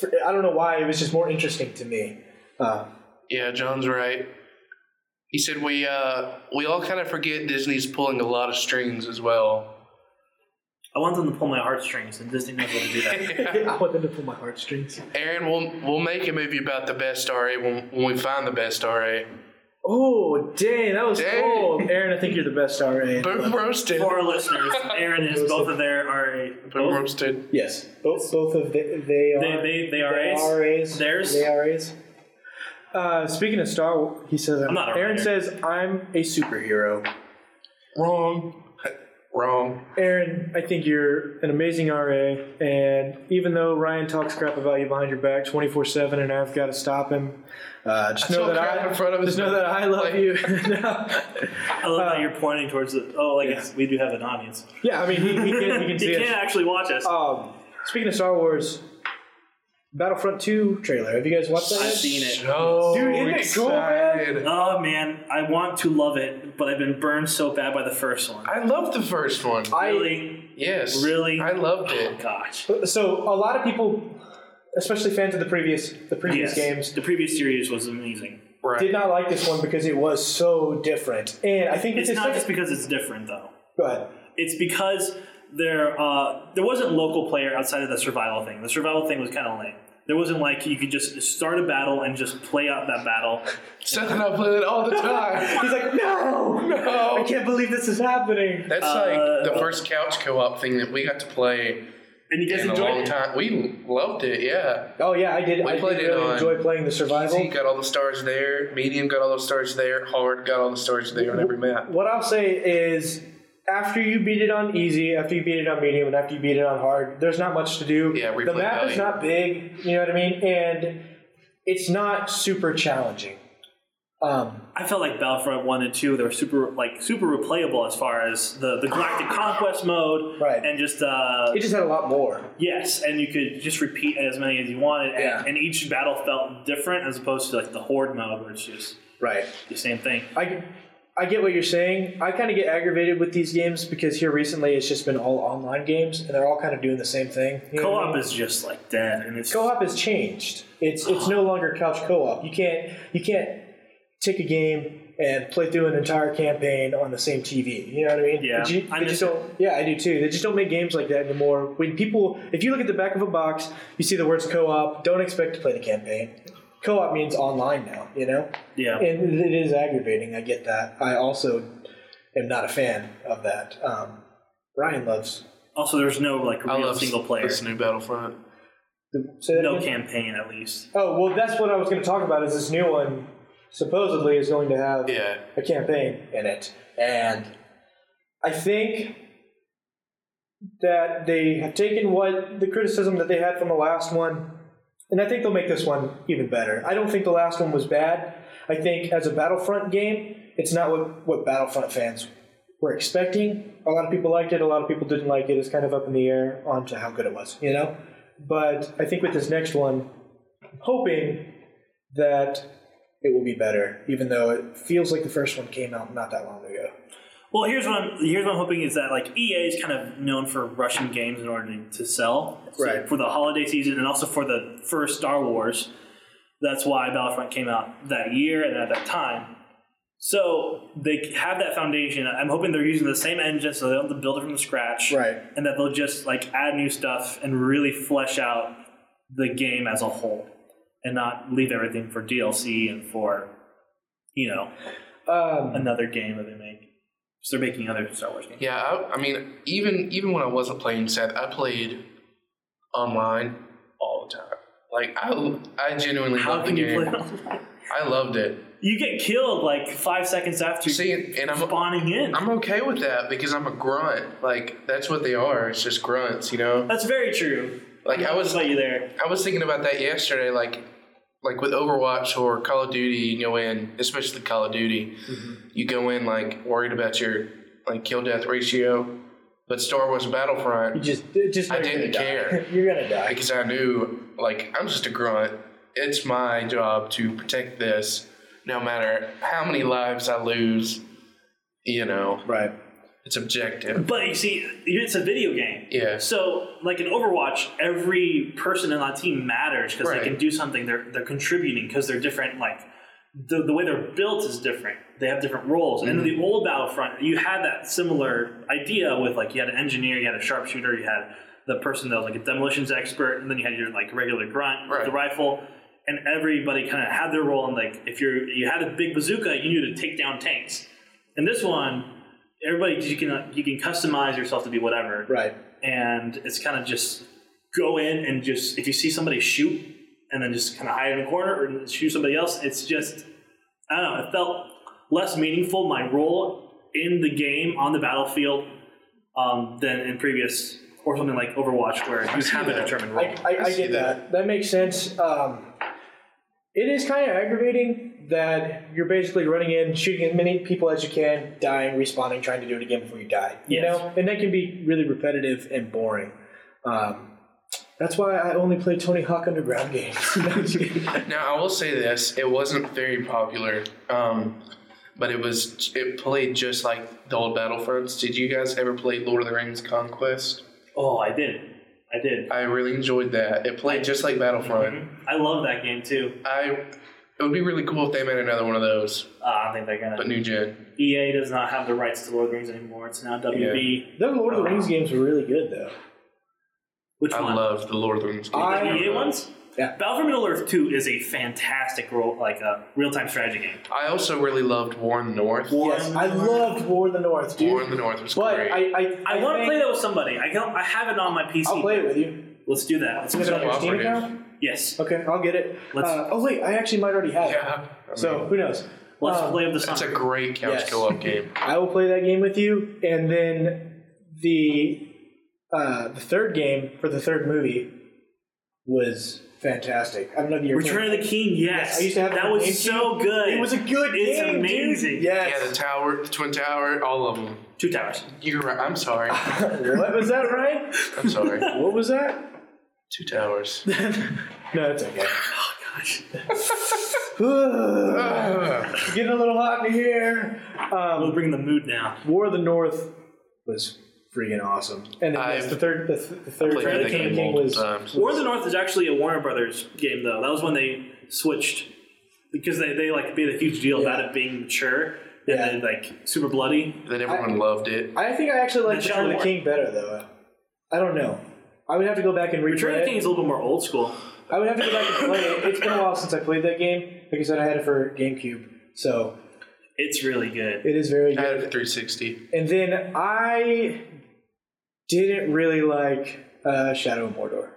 for, I don't know why it was just more interesting to me. Uh,
Yeah, John's right. He said we uh, we all kind of forget Disney's pulling a lot of strings as well.
I want them to pull my heartstrings, and Disney knows how to do that.
I want them to pull my heartstrings.
Aaron, we'll we'll make a movie about the best RA when, when we find the best RA.
Oh, dang, that was
Dang.
cold, Aaron. I think you're the best RA.
Boom roasted.
For our listeners, Aaron is both of their are
Boom
both
roasted.
Yes, both both of the, they are
They- they- they are A's.
A's.
Theirs?
They are A's. Uh, speaking of Star, Wa- he says I'm,
not a
Aaron
writer.
says I'm a superhero.
Wrong. Wrong.
Aaron, I think you're an amazing RA, and even though Ryan talks crap about you behind your back 24 seven, and I've got to stop him, uh, just
I
know
talk
that
crap
I
in front of
just
his
know that I love
back.
you. No.
I love
Uh,
how you're pointing towards the. Oh, I guess we do have an audience.
yeah, I mean he, he can he can see
he
us.
can't actually watch us.
Um, speaking of Star Wars, Battlefront 2 trailer. Have you guys watched that?
I've
yet?
seen it.
So
Dude, isn't it cool, man?
excited.
Oh man, I want to love it, but I've been burned so bad by the first one.
I loved the first one.
I-
Really,
yes.
really,
I loved
Oh
it.
gosh,
So a lot of people, especially fans of the previous the previous
yes.
games,
The previous series was amazing.
Right.
did not like this one because it was so different. And I think
It's
the
not just
second-
because it's different though.
Go ahead.
It's because there uh, there wasn't local player outside of the survival thing. The survival thing was kind of lame. There wasn't like you could just start a battle and just play out that battle.
Seth and I played it all the time.
He's like, no,
No.
I can't believe this is happening.
That's like the first couch co-op thing that we got to play
And you guys
in a
enjoyed
long
it.
time. We loved it. Yeah.
Oh yeah, I did. I
played
did
it
really
on
enjoy playing the
Easy
survival.
got all the stars there. Medium got all the stars there. Hard got all the stars there on every map.
What I'll say is, after you beat it on easy, after you beat it on medium, and after you beat it on hard, there's not much to do.
Yeah,
the
replay
map is
value.
not big. You know what I mean? And it's not super challenging. Um,
I felt like Battlefront One and Two they were super like super replayable as far as the, the Galactic Conquest mode,
Right.
And just uh,
it just had a lot more.
Yes, and you could just repeat as many as you wanted, and,
Yeah.
and each battle felt different as opposed to like the horde mode, where it's just
Right.
the same thing.
I, I get what you're saying. I kind of get aggravated with these games because here recently it's just been all online games and they're all kind of doing the same thing. you know what I
Co-op
mean?
is just like dead, and it's
co-op has changed. It's it's no longer couch co-op. You can't you can't take a game and play through an entire campaign on the same TV. You know what I mean?
Yeah,
They ju-
I
they just
miss it.
don't. Yeah, I do too. They just don't make games like that anymore. When people, if you look at the back of a box, you see the words co-op. Don't expect to play the campaign. Co-op means online now. You know.
yeah.
And it is aggravating. I get that. I also am not a fan of that. Um, Ryan loves.
also, there's no like
I
real
love
single player,
This new Battlefront.
The, say that
no
again?
campaign at least.
Oh well, that's what I was going to talk about. Is this new one supposedly is going to have
Yeah.
a campaign in it, and I think that they have taken what the criticism that they had from the last one, and I think they'll make this one even better. I don't think the last one was bad. I think as a Battlefront game, it's not what what Battlefront fans were expecting. A lot of people liked it. A lot of people didn't like it. It's kind of up in the air on to how good it was, you know. But I think with this next one, I'm hoping that it will be better, even though it feels like the first one came out not that long ago.
Well, here's what I'm here's what I'm hoping is that like EA is kind of known for rushing games in order to, to sell So
Right.
for the holiday season and also for the first Star Wars. That's why Battlefront came out that year and at that time. So they have that foundation. I'm hoping they're using the same engine, so they don't have to build it from scratch,
Right.
And that they'll just like add new stuff and really flesh out the game as a whole, and not leave everything for DLC and for you know
Um,
another game that they make. So they're making other Star Wars games.
Yeah. I, I mean, even even when I wasn't playing Seth, I played online all the time. Like I, I genuinely
How
loved the
can you
game.
play online?
I loved it.
You get killed like five seconds after
See, and I'm
spawning in.
I'm okay with that because I'm a grunt. Like that's what they are. It's just grunts, you know.
That's very true.
Like I was
I'll let you there.
I was thinking about that yesterday, like like with Overwatch or Call of Duty, you go in, especially Call of Duty,
Mm-hmm.
you go in like worried about your like kill death ratio. But Star Wars
You
Battlefront,
just, it just
I
know you're
didn't
gonna die.
care.
you're gonna die.
because I knew like I'm just a grunt. It's my job to protect this, no matter how many lives I lose. You know,
Right.
it's objective.
But you see, it's a video game.
Yeah.
So, like in Overwatch, every person in that team matters because
Right.
they can do something. They're they're contributing because they're different. Like the the way they're built is different. They have different roles. And
Mm-hmm.
in the old Battlefront, you had that similar idea with like you had an engineer, you had a sharpshooter, you had the person that was like a demolitions expert, and then you had your like regular grunt with the
Right.
rifle. And everybody kind of had their role. And like if you you had a big bazooka, you knew to take down tanks. And this one, everybody you can uh, you can customize yourself to be whatever
Right.
and it's kind of just go in and just if you see somebody shoot and then just kind of hide in a corner or shoot somebody else it's just i don't know it felt less meaningful my role in the game on the battlefield um, than in previous or something like overwatch where you have a determined role
I, I, I
see
get that. That makes sense. Um, it is kind of aggravating that you're basically running in, shooting as many people as you can, dying, respawning, trying to do it again before you die. You
Yes.
know, and that can be really repetitive and boring. Um, that's why I only play Tony Hawk Underground games.
Now I will say this: it wasn't very popular, um, but it was. It played just like the old Battlefronts. Did you guys ever play Lord of the Rings Conquest?
oh i did i did
I really enjoyed that. It played just like Battlefront.
i love that game too
I. It would be really cool if they made another one of those,
uh, i don't think they're gonna
but new gen.
ea does not have the rights to lord of the rings anymore it's now wb
the Lord of the Rings games were really good, though.
which
I
one
loved the Lord of the Rings. games.
I-
The EA ones?
Yeah.
Battle for Middle Earth 2 is a fantastic role, like a real time strategy game.
I also really loved War in the North. War,
War
Yes,
in the
I
North.
loved War in the North, dude.
in the North was
but
great.
I, I,
I, want to
think-
play that with somebody. I can, I have it on my PC.
I'll play it with you.
Let's do that. Let's
Is it on your Steam
Cooperative.
account?
yes.
Okay, I'll get it.
Let's-
Uh, oh wait, I actually might already have it.
yeah, I
So
mean,
who knows?
Let's
Um,
play with the
that's a
summer.
great couch
Yes.
co-op game.
I will play that game with you, and then the uh, the third game for the third movie was fantastic. I don't know if you
Return of the King, yes.
Yes, I used to have it
that
on
was
GameCube.
so good.
It was a good
It's
game. dude.
amazing.
Yes.
Yeah, the tower, the twin tower, all of them.
Two Towers.
You're right. I'm sorry.
what was that, right?
I'm sorry.
What was that?
Two towers.
No, it's okay.
Oh, Gosh.
Ah.
Getting a little hot in here. Um,
We'll bring the mood now.
War of the North was freaking awesome, and then yes,
I've
the third the, th- the third
played
Return of
that
the King,
game
King
multiple
was
times.
War of the North is actually a Warner Brothers game, though. That was when they switched because they, they like made a huge deal about
Yeah.
it being mature and
Yeah.
then like super bloody.
That everyone loved it.
I think I actually like
And
Return of
Shadow
the
War.
King better though. I don't know. I would have to go back and
Return of
replay it.
the King is a little bit more old school.
I would have to go back and play it. It's been a while since I played that game. Like I said, I had it for GameCube, so
It's really good.
it is very
I
good.
had it for 360.
And then I didn't really like uh, Shadow of Mordor.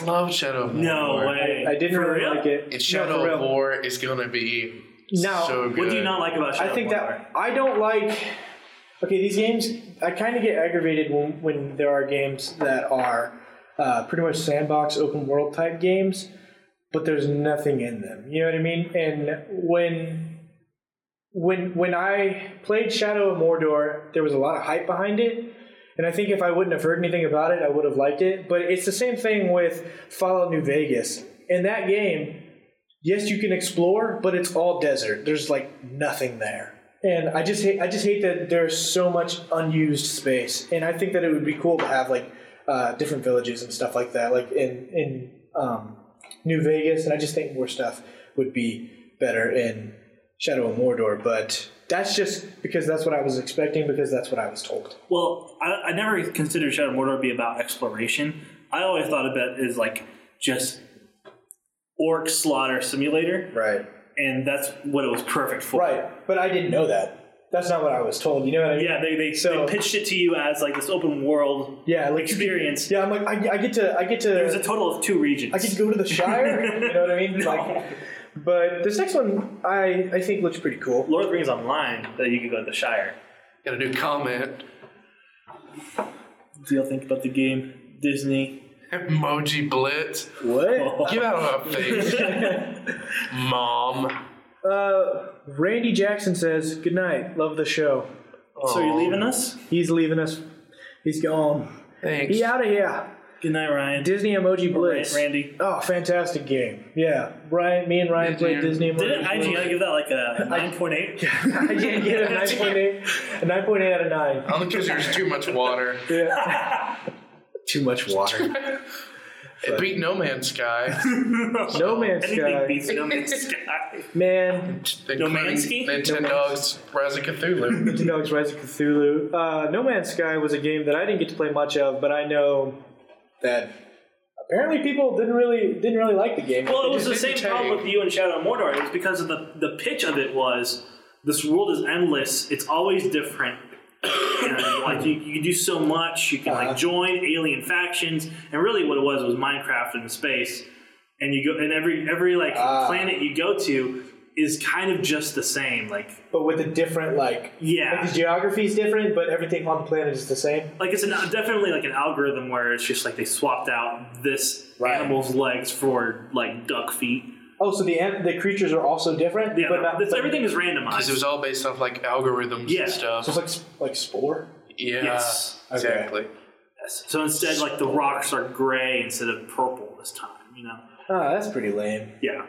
I love Shadow of
No
War.
way.
I didn't
For
really
real?
like it.
And
No,
Shadow
for
of
real.
War is gonna be
Now,
so good.
What do you not like about Shadow
I think
of Mordor?
that I don't like. Okay, these games. I kind of get aggravated when, when there are games that are uh, pretty much sandbox, open world type games, but there's nothing in them. You know what I mean? And when when when I played Shadow of Mordor, there was a lot of hype behind it. And I think if I wouldn't have heard anything about it, I would have liked it. But it's the same thing with Fallout New Vegas. In that game, yes, you can explore, but it's all desert. There's like nothing there. And I just hate, I just hate that there's so much unused space. And I think that it would be cool to have like uh, different villages and stuff like that, like in in um, New Vegas. And I just think more stuff would be better in Shadow of Mordor. But that's just because that's what I was expecting because that's what I was told.
Well, I, I never considered Shadow of Mordor to be about exploration. I always thought of it as like just orc slaughter simulator,
Right.
and that's what it was perfect for.
Right. But I didn't know that. That's not what I was told. You know what I mean?
Yeah, they, they,
So-
they pitched it to you as like this open world
Yeah. Like
experience.
yeah. I'm like I, I get to I get to
There's a total of two regions.
I could go to the Shire. you know what I mean? Like, but this next one, I I think looks pretty cool.
Lord of the Rings Online that you could go to the Shire.
Got a new comment.
Do you think about the game Disney?
Emoji Blitz.
What?
Get out of my face, mom.
Uh, Randy Jackson says, Good night. Love the show.
So you're leaving us?
He's leaving us. He's gone.
Thanks.
He out of here.
Good night, Ryan.
Disney Emoji Blitz.
Randy.
Oh, fantastic game. Yeah. Ryan, me and Ryan
Did
played
you-
Disney Emoji
Didn't
Blitz.
IGN give that like a 9.8?
I didn't get a 9.8. A 9.8 out of 9.
Only because there's too much water.
Yeah. Too much water.
It beat No Man's Sky.
No Man's
Anything
Sky.
beats No Man's Sky.
Man,
including
Nomansky?
Nintendo's Rise of Cthulhu.
Ninja Dogs Rise of Cthulhu. Uh, no Man's Sky was a game that I didn't get to play much of, but I know that apparently people didn't really didn't really like the game.
Well, it was the
Didn't
same
tell
problem
you.
with you and Shadow of Mordor. It was because of the the pitch of it was this world is endless. It's always different. and, like you, you can do so much. You can like join alien factions, and really what it was was Minecraft in space. And you go, and every every like planet you go to is kind of just the same. Like
but with a different like
yeah,
the geography is different, but everything on the planet is the same.
like it's an, definitely like an algorithm where it's just like they swapped out this
Right.
animal's legs for like duck feet.
Oh, so the an- the creatures are also different,
Yeah,
but not
it's-
but-
everything is randomized.
Because it was all based off like algorithms
Yeah.
and stuff.
So it's like s- like spore.
Yeah.
Yes.
Exactly.
So instead, like the rocks are gray instead of purple this time, you know?
Ah, that's pretty lame.
Yeah.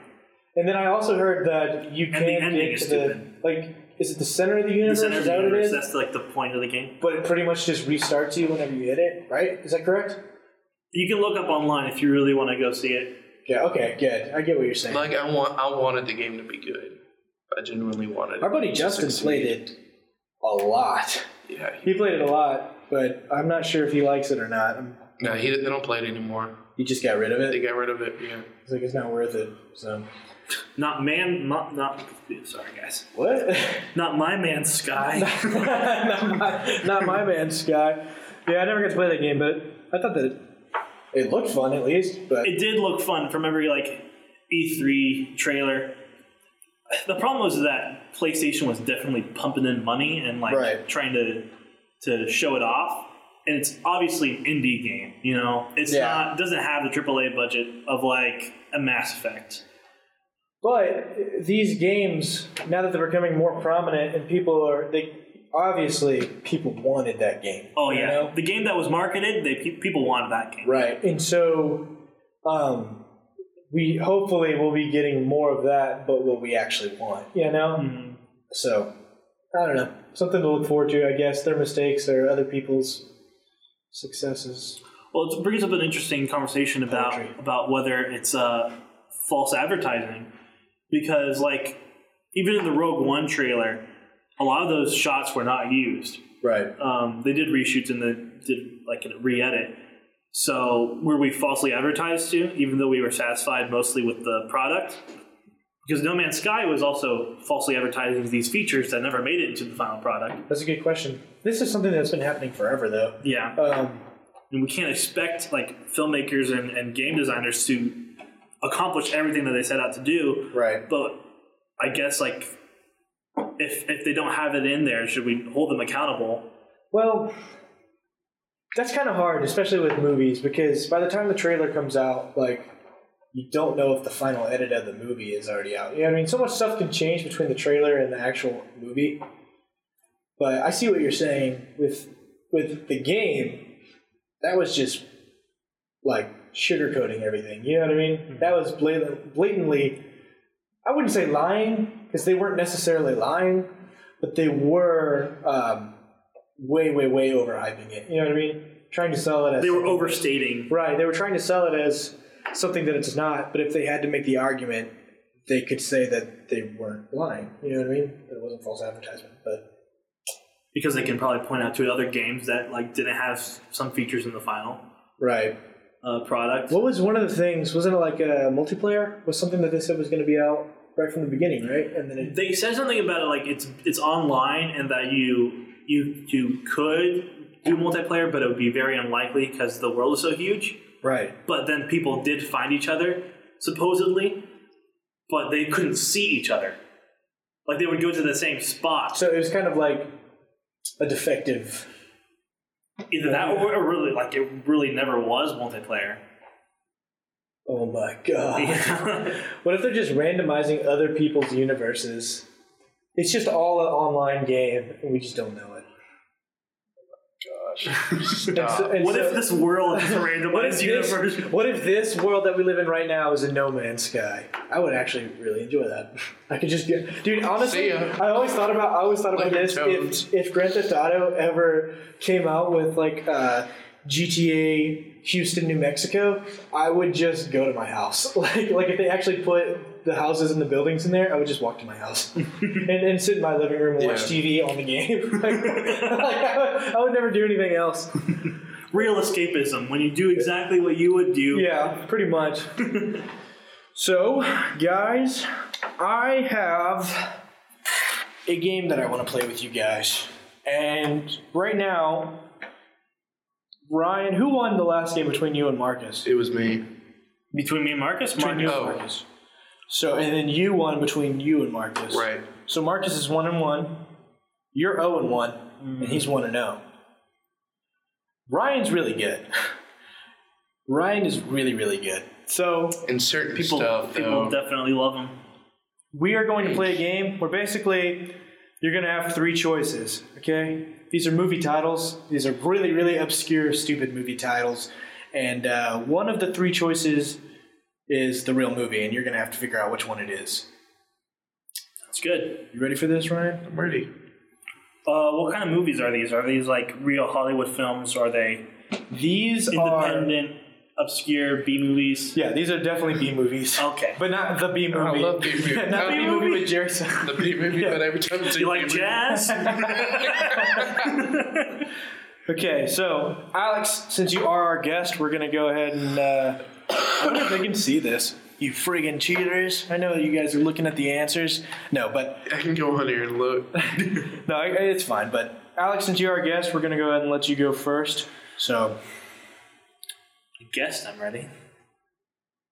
And then I also heard that you
the
can
ending
get
is
to the like is it the center of the universe?
the center of
is
the
that what
universe,
it is?
that's like the point of the game.
But it pretty much just restarts you whenever you hit it, right? Is that correct?
You can look up online if you really want to go see it.
Yeah. Okay. Good. I get what you're saying.
Like I want, I wanted the game to be good. I genuinely wanted.
Our buddy
it to
Justin played it
succeed.
a lot.
Yeah.
He played it a lot, but I'm not sure if he likes it or not. Um,
No, he they don't play it anymore.
He just got rid of
They
it.
got rid of it. Yeah.
He's like, it's not worth it. So
Not man, not, not, sorry guys.
what?
Not my man, Sky.
not, my, not my man, Sky. Yeah, I never got to play that game, but I thought that it, it looked fun at least. But
it did look fun from every like E3 trailer. The problem was that PlayStation was definitely pumping in money and like
Right.
trying to to show it off. And it's obviously an indie game, you know. It's
Yeah.
not doesn't have the AAA budget of like a Mass Effect.
but these games now that they're becoming more prominent and people are they obviously people wanted that game.
Oh
you
yeah,
know?
the game that was marketed, they pe- people wanted that game.
Right. And so um, we hopefully will be getting more of that, but what we actually want, you know?
Mhm.
So I don't know. Something to look forward to, I guess. Their mistakes or other people's successes.
Well, it brings up an interesting conversation about
Poetry.
about whether it's uh, false advertising, because like even in the Rogue One trailer, a lot of those shots were not used.
Right.
Um, they did reshoots and they did like a re-edit. So were we falsely advertised to, even though we were satisfied mostly with the product? Because No Man's Sky was also falsely advertising these features that never made it into the final product.
That's a good question. This is something that's been happening forever, though.
Yeah.
Um,
and we can't expect like filmmakers and, and game designers to accomplish everything that they set out to do
right.
but i guess like if if they don't have it in there should we hold them accountable
Well, that's kind of hard, especially with movies, because by the time the trailer comes out, like, you don't know if the final edit of the movie is already out. You know what I mean? So much stuff can change between the trailer and the actual movie. But I see what you're saying with with the game. That was just like sugarcoating everything. You know what I mean?
Mm-hmm.
That was blatant, blatantly. I wouldn't say lying because they weren't necessarily lying, but they were um, way, way, way overhyping it. You know what I mean? Trying to sell it as
they were overstating
Right. They were trying to sell it as something that it's not, but if they had to make the argument, they could say that they weren't lying. You know what I mean? That it wasn't false advertisement. But
because they can probably point out to other games that like didn't have some features in the final
right.
uh, product
What was one of the things? Wasn't it like a multiplayer? Was something that they said was going to be out right from the beginning, right? And then it,
they said something about it like it's it's online and that you you you could do multiplayer but it would be very unlikely because the world is so huge
right.
but then people did find each other supposedly but they couldn't see each other like they would go to the same spot
So it was kind of like a defective.
either that or, or really like it really never was multiplayer
Oh my god.
Yeah.
What if they're just randomizing other people's universes? It's just all an online game, and we just don't know it. And so-
Stop.
and
Uh, what
so-
if this world is a randomized universe?
This, what if this world that we live in right now is a no man's sky? I would actually really enjoy that. I could just get, dude.
See
Honestly,
ya.
I always thought about, I always thought about
Later,
this.
Toads.
If, if Grand Theft Auto ever came out with like uh, GTA Houston, New Mexico, I would just go to my house. Like, like if they actually put the houses and the buildings in there, I would just walk to my house and, and sit in my living room and watch
Yeah.
TV on the game. like, I, would, I would never do anything else.
Real escapism, when you do exactly what you would do.
Yeah, pretty much. so, guys, I have a game that I want to play with you guys. And right now, Ryan, who won the last game between you and Marcus?
It was me.
Between me and Marcus, Marcus.
Oh.
Marcus. So, and then you won between you and Marcus.
Right.
So Marcus is one and one. You're zero and one, and he's one and zero. Ryan's really good. Ryan is really, really good. So
In certain
people,
stuff,
people
though.
definitely love him.
we are going to play a game where basically you're going to have three choices, okay? These are movie titles. These are really, really obscure, stupid movie titles. And uh, one of the three choices is the real movie, and you're going to have to figure out which one it is.
It's good.
You ready for this, Ryan?
I'm ready.
Uh, what kind of movies are these? Are these like real Hollywood films? Are they
These are.
independent, obscure B movies?
Yeah, these are definitely B movies.
Okay.
But not the B movie.
I love B movie.
not the B movie with Jerry Seinfeld.
The B movie, but every time it's a
you
B
like
movie-
jazz?
Okay, so Alex, since you are our guest, we're gonna go ahead and uh, I wonder if they can see this. You friggin' cheaters! I know you guys are looking at the answers. No, but
I can go on here and look.
no, I- it's fine. But Alex, since you're our guest, we're gonna go ahead and let you go first. So,
I guess I'm ready.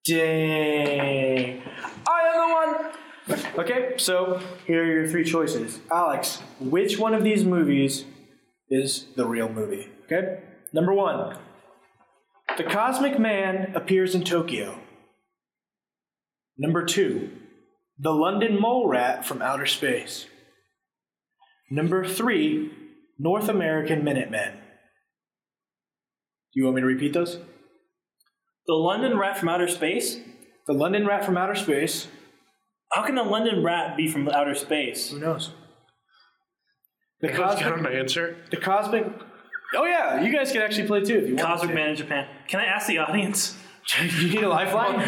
dang, I am the one. Okay, so here are your three choices. Alex, which one of these movies is the real movie? Okay, number one. The Cosmic Man appears in Tokyo. Number two, the London Mole Rat from Outer Space. Number three, North American Minutemen. Do you want me to repeat those?
The London Rat from Outer Space?
The London Rat from Outer Space.
How can a London rat be from outer space?
Who knows? The
Let's get
Cosmic.
on my answer.
The Cosmic. Oh yeah, you guys can actually play too if you want.
Cosmic Man in Japan. Can I ask the audience?
to. you need a lifeline.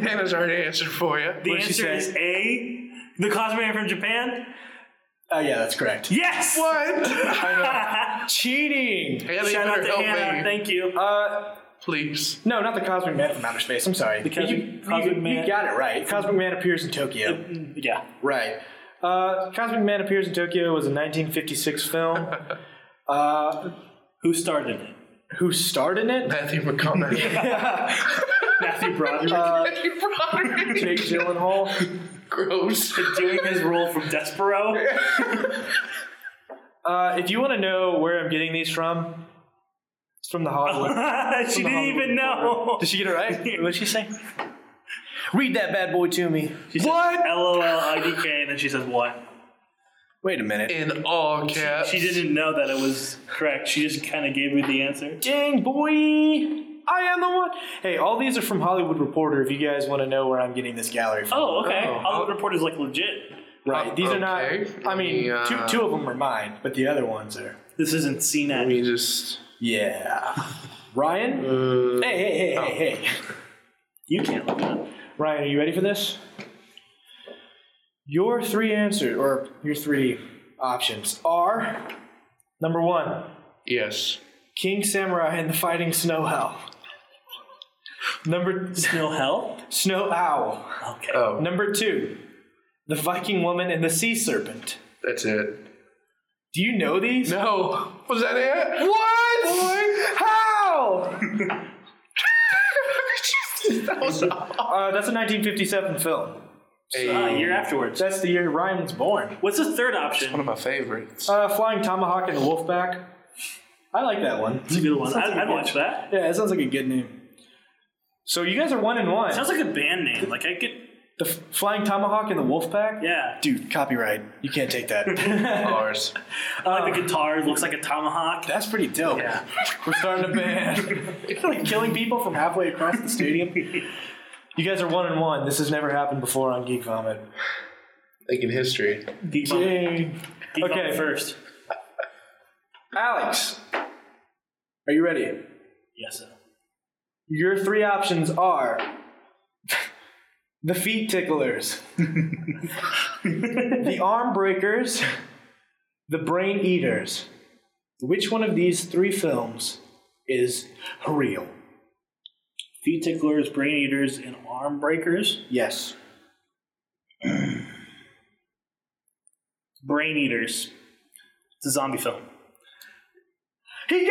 Hannah's already answered for you.
The
What'd she
answer
say?
is A. The Cosmic Man from Japan?
Oh yeah, that's correct.
Yes!
What?
Cheating.
Hannah, you
Shout out
better
to
help
Hannah.
me.
Thank you.
Uh,
Please.
no, not the Cosmic Man from Outer Space. I'm sorry. The
Cosmic-
you, you-
Cosmic
you
Man.
got it right. Cosmic Man appears in Tokyo.
yeah.
Right. Uh, Cosmic Man Appears in Tokyo was a 1956 film. uh,
Who started it?
who starred in it?
Matthew McConaughey.
Matthew Broderick.
Matthew Broderick.
Jake Gyllenhaal.
Gross.
doing his role from Despero.
Uh, if you want to know where I'm getting these from, it's from the Hollywood.
she didn't even know.
Did she get it right? What did she say? Read that bad boy to me.
She said, LOL IDK, and then she says what?
Wait a minute.
In all caps.
She didn't know that it was correct. She just kind of gave me the answer.
Dang boy, I am the one. Hey, all these are from Hollywood Reporter. If you guys want to know where I'm getting this gallery from,
Oh, okay.
Oh.
Hollywood Report is like legit.
right? These are not.
okay. uh,
I mean,
Yeah.
two two of them are mine, but the other ones are.
This isn't
Let
CNET.
me just.
Yeah. Ryan?
Uh,
Hey, hey, hey, hey, hey.
You can't look that. up.
Ryan, are you ready for this? Your three answers, or your three options, are number one,
yes.
King Samurai and the Fighting Snow Owl. Number
Snow Hell?
Snow Owl.
Okay.
Oh,
Number two, the Viking Woman and the Sea Serpent.
that's it.
Do you know these?
No. Was that it? What?
How?
that was awful.
Uh, that's a 1957 film.
Ah,
Hey,
year afterwards.
That's the year Ryan was born.
What's the third
one
option?
of my favorites.
Uh, Flying Tomahawk and the Wolfpack. I like that one.
It's a good one. I'd, I'd watch that.
Yeah, it sounds like a good name. So you guys are one and one.
Sounds like a band name. Like I could,
The F- Flying Tomahawk and the Wolfpack.
yeah.
Dude, copyright. You can't take that.
Ours.
I like the guitar. It looks like a tomahawk.
That's pretty dope.
Yeah.
We're starting a band.
like killing people from halfway across the stadium. you guys are one and one. This has never happened before on Geek Vomit.
Like in history.
Deep bump.
Yay.
Deep bump
Okay.
first.
Alex, are you ready?
Yes. sir.
Your three options are the feet ticklers, the arm breakers, the brain eaters. Which one of these three films is real?
Feet ticklers, brain eaters, and arm breakers.
Yes.
Brain eaters. It's a zombie film.
He
I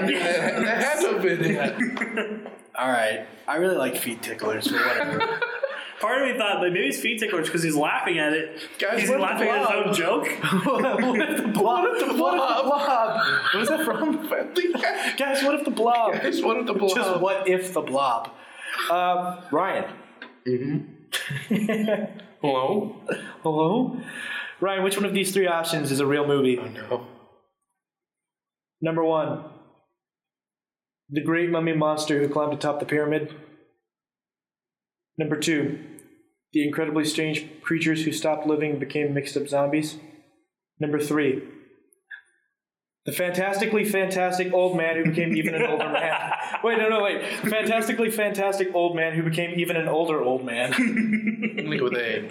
got it!
knew that, that had to have been it.
All right. I really like feet ticklers, but whatever.
Part of me thought, like, maybe it's feet ticklers because he's laughing at it.
Guys,
he's
what the
laughing at his own joke.
what if the blob? What if the blob? What is that from? Guys, what if the blob?
Guys, what if the blob?
Just what if the blob? Um, Ryan.
Hello?
Hello? Ryan, which one of these three options is a real movie?
No.
Number one, the great mummy monster who climbed atop the pyramid. Number two, the incredibly strange creatures who stopped living and became mixed up zombies. Number three, the fantastically fantastic old man who became even an older man. Wait, no, no, wait. Fantastically fantastic old man who became even an older old man.
Link with A.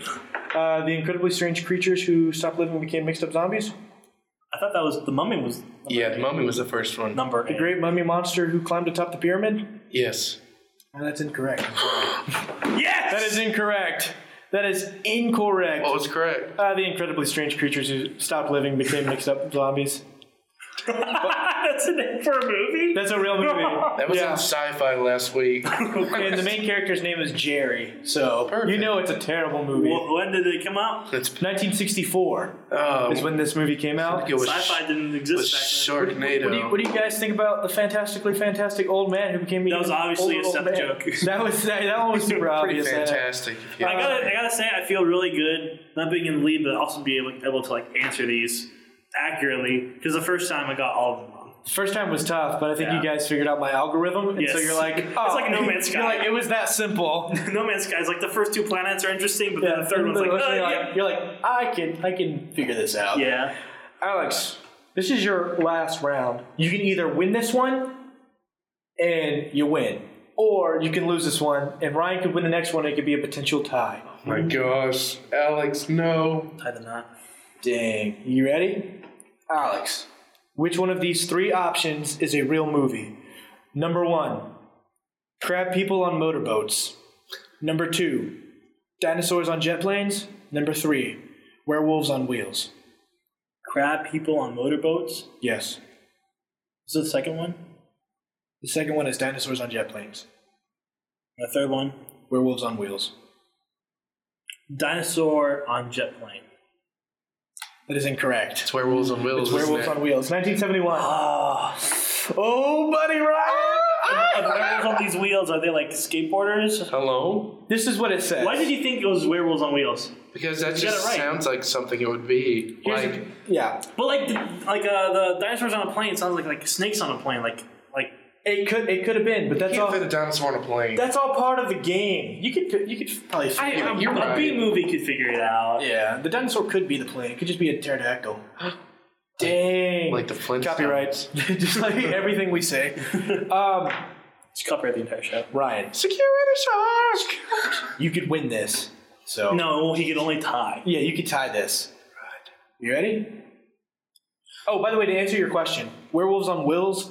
Uh, the incredibly strange creatures who stopped living and became mixed up zombies.
I thought that was the mummy was
Yeah, the mummy was the first one.
number eight.
Great mummy monster who climbed atop the pyramid.
Yes.
Oh, that's incorrect.
Oh,
Yes.
That is incorrect. That is incorrect.
What was correct?
Uh, the incredibly strange creatures who stopped living became mixed up with zombies.
That's a name for a movie.
That's a real movie.
That was
Yeah.
in sci-fi last week.
and the main character's name is Jerry, so
Perfect.
you know it's a terrible movie.
Wh- when did it come out?
That's
1964
oh,
is when this movie came out.
it was,
Sci-fi didn't
was
exist back then.
Sharknado.
What do, you, what do you guys think about the fantastically fantastic old man who became
That was obviously a
old
step
man?
joke.
That was that, that one was super
Pretty
obvious. I know.
fantastic.
I gotta, I gotta say, I feel really good not being in the lead, but also being able, able to like answer these accurately. Because the first time I got all of them wrong.
First time was tough, but I think
Yeah.
you guys figured out my algorithm, and so
Yes.
you're like,
It's
oh.
like No Man's
You're
Sky.
like, it was that simple.
No Man's Sky is like the first two planets are interesting, but then the third
and
one's like,
then
uh,
you're,
yeah.
like you're like, I can, I can figure this out.
yeah.
Alex, this is your last round. You can either win this one, and you win, or you can lose this one, and Ryan could win the next one. and It could be a potential tie.
Oh my gosh, Alex, no.
Tie the knot.
Dang, you ready, Alex? Which one of these three options is a real movie? Number one, crab people on motorboats. Number two, dinosaurs on jet planes. Number three, werewolves on wheels.
Crab people on motorboats.
Yes.
Is the second one?
The second one is dinosaurs on jet planes,
The third one?
werewolves on wheels.
Dinosaur on jet plane.
That is incorrect.
It's werewolves on wheels. isn't
Werewolves
it?
on wheels, 1971.
Ah.
Oh, buddy, Ryan!
Are the werewolves on these wheels? Are they like skateboarders?
Hello?
This is what it says.
Why did you think it was werewolves on wheels?
Because that
You got
just
it right.
sounds like something it would be.
Here's
like,
the- yeah,
But like, the, like uh, the dinosaurs on a plane sounds like like snakes on a plane. Like like
it could it could have been, but that's
you can't
all.
fit a dinosaur on a plane.
That's all part of the game. You could you could probably.
I,
Yeah,
a-
you're
a
right.
B movie could figure it out.
yeah, the dinosaur could be the plane. It could just be a pterodactyl. Dang.
like the Flintstones.
copyrights. just like everything we say. Um,
Just copyright the entire show.
Ryan,
Security shark!
you could win this. So
No, he could only tie.
yeah, you could tie this. You ready? Oh, by the way, to answer your question, werewolves on wheels.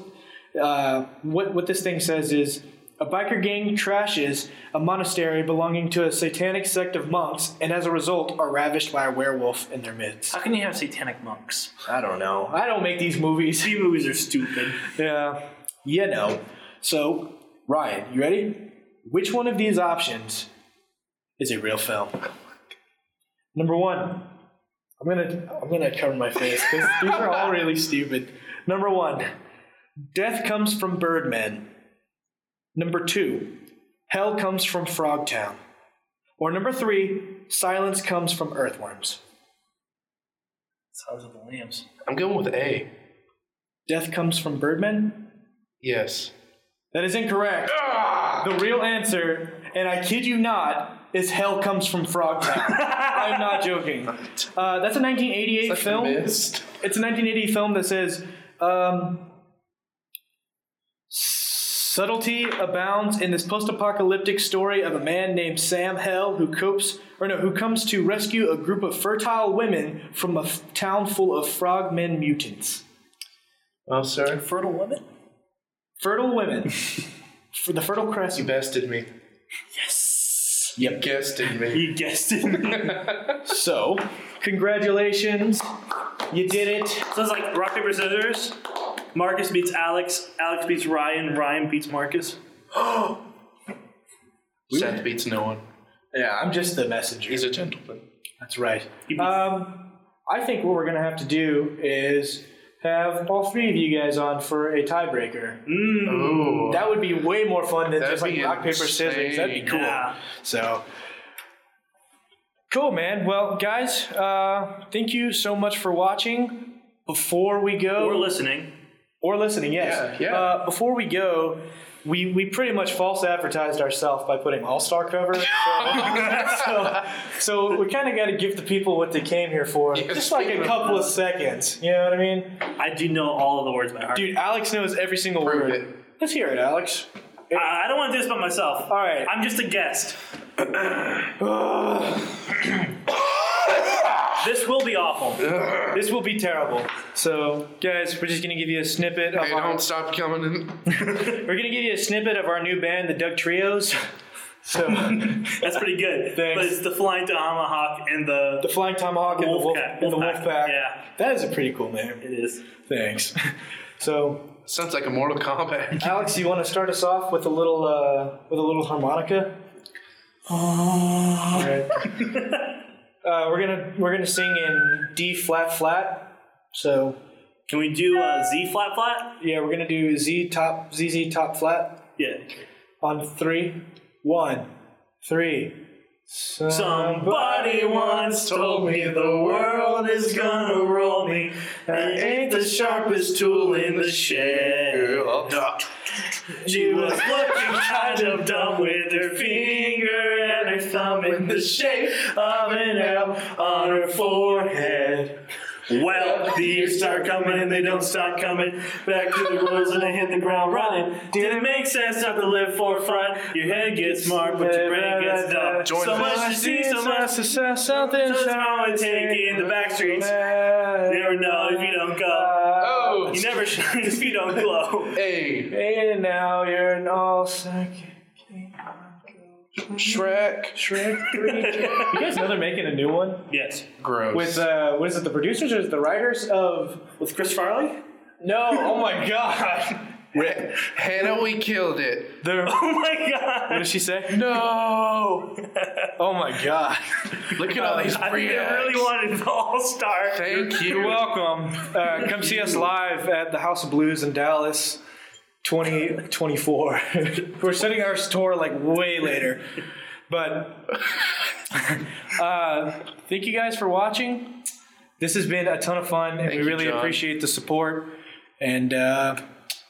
Uh, what what this thing says is. A biker gang trashes a monastery belonging to a satanic sect of monks, and as a result, are ravished by a werewolf in their midst.
How can you have satanic monks?
I don't know. I don't make these movies.
B movies are stupid.
Yeah. You know. So, Ryan, you ready? Which one of these options is a real film? Number one. I'm gonna I'm gonna cover my face. 'cause these are all really stupid. Number one, death comes from Birdman. Number two, Hell comes from Frogtown. Or number three, silence comes from earthworms.
Silence of the Lambs.
I'm going with A.
Death comes from birdmen?
Yes.
That is incorrect. The real answer, and I kid you not, is Hell Comes from Frogtown. I'm not joking. Uh, that's a 1988
Such a
film.
mist.
It's a 1980 film that says um, subtlety abounds in this post-apocalyptic story of a man named Sam Hell who copes, or no, who comes to rescue a group of fertile women from a f- town full of frogmen mutants.
Well, sir,
Fertile Women?
Fertile women. For the Fertile Crescent.
you bested me.
Yes.
You guested me.
You guessed it.
So, congratulations. You did it.
so it's like rock, paper, scissors. Marcus beats Alex. Alex beats Ryan. Ryan beats Marcus.
Seth beats no one.
Yeah, I'm just the messenger.
He's a gentleman.
That's right.
He beats-
Um, I think what we're going to have to do is have all three of you guys on for a tiebreaker.
Ooh.
That would be way more fun than
That'd
just like
be
rock, paper, scissors. Mm. That'd be
insane.
cool.
Yeah.
So, cool, man. Well, guys, uh, thank you so much for watching. Before we go,
We're listening.
or listening, yes.
Yeah, yeah.
Uh, before we go, we, we pretty much false advertised ourselves by putting all star cover. So, so, so we kind of got to give the people what they came here for.
Yeah,
just like
speaking
a
of-
couple of seconds. You know what I mean?
I do know all of the words by heart.
Dude, Alex knows every single
Prove
word.
it.
Let's hear it, Alex.
Uh, I, I don't want to do this by myself.
All right.
I'm just a guest. this will be awful.
This will be terrible. So, guys, we're just going to give you a snippet of
Hey,
our,
don't stop coming in.
we're going to give you a snippet of our new band, the Doug Trios. So,
That's pretty good.
Thanks.
But it's the flying Tahama hawk and the,
the Flying Tomahawk and the Wolf,
Wolfpack.
and the
Wolfpack,
Wolfpack.
yeah.
That is a pretty cool name.
It is.
Thanks. So,
Sounds like a Mortal Kombat.
Alex, you want to start us off with a little uh, with a little harmonica?
Uh.
All right. uh, we're gonna we're gonna sing in D flat flat. So
Can we do uh, Z flat flat?
yeah, we're gonna do Z top ZZ top flat
Yeah.
on three, one, three.
Somebody once told me the world is gonna roll me. I ain't the sharpest tool in the shed. She was looking kind of dumb with her finger and her thumb in the shape of an L on her forehead. Well, the years start coming and they don't stop coming. Back to the rules and they hit the ground running. Did it make sense not to live for fun? Your head gets smart, but your brain gets dumb.
Join
so
the-
much to see, so much to
success, something
Something's wrong with taking the back streets. You never know if you don't go.
Oh,
You never shine if you don't glow.
hey,
And now you're an all second.
Shrek.
You guys know they're making a new one
Yes.
Gross.
with uh, what is it? The producers or is it the writers of?
With Chris Farley?
No, oh my god!
Re- Hannah, we killed it.
They're, what
Oh my god.
did she say?
No.
Oh my god!
Look at all these
I think I
reacts.
really wanted the All Star.
Thank you.
You're welcome. Uh, come see us live at the House of Blues in Dallas. 2024. We're setting our store like way later. But uh, thank you guys for watching. This has been a ton of fun, and
Thank
we
you,
really
John.
appreciate the support. And uh,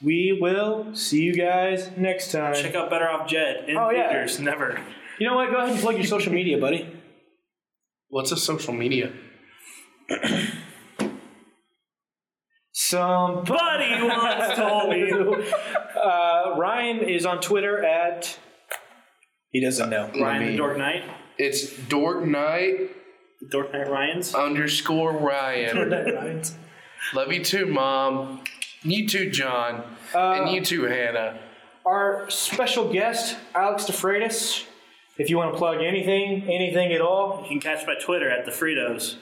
we will see you guys next time.
Check out Better Off Jed in
Oh, yeah.
theaters. Never.
You know what? Go ahead and plug your social media, buddy.
What's a social media?
Some
Buddy once told me.
uh, Ryan is on Twitter at. He doesn't know.
Ryan
Me.
the Dork Knight.
It's Dork Knight
Dork Knight
Oh.
Ryan's.
underscore Ryan.
Ryan's.
Love you too, Mom. You too, John. and you too, Hannah.
Our special guest, Alex DeFreitas. If you want to plug anything, anything at all,
You can catch by Twitter at the Fritos.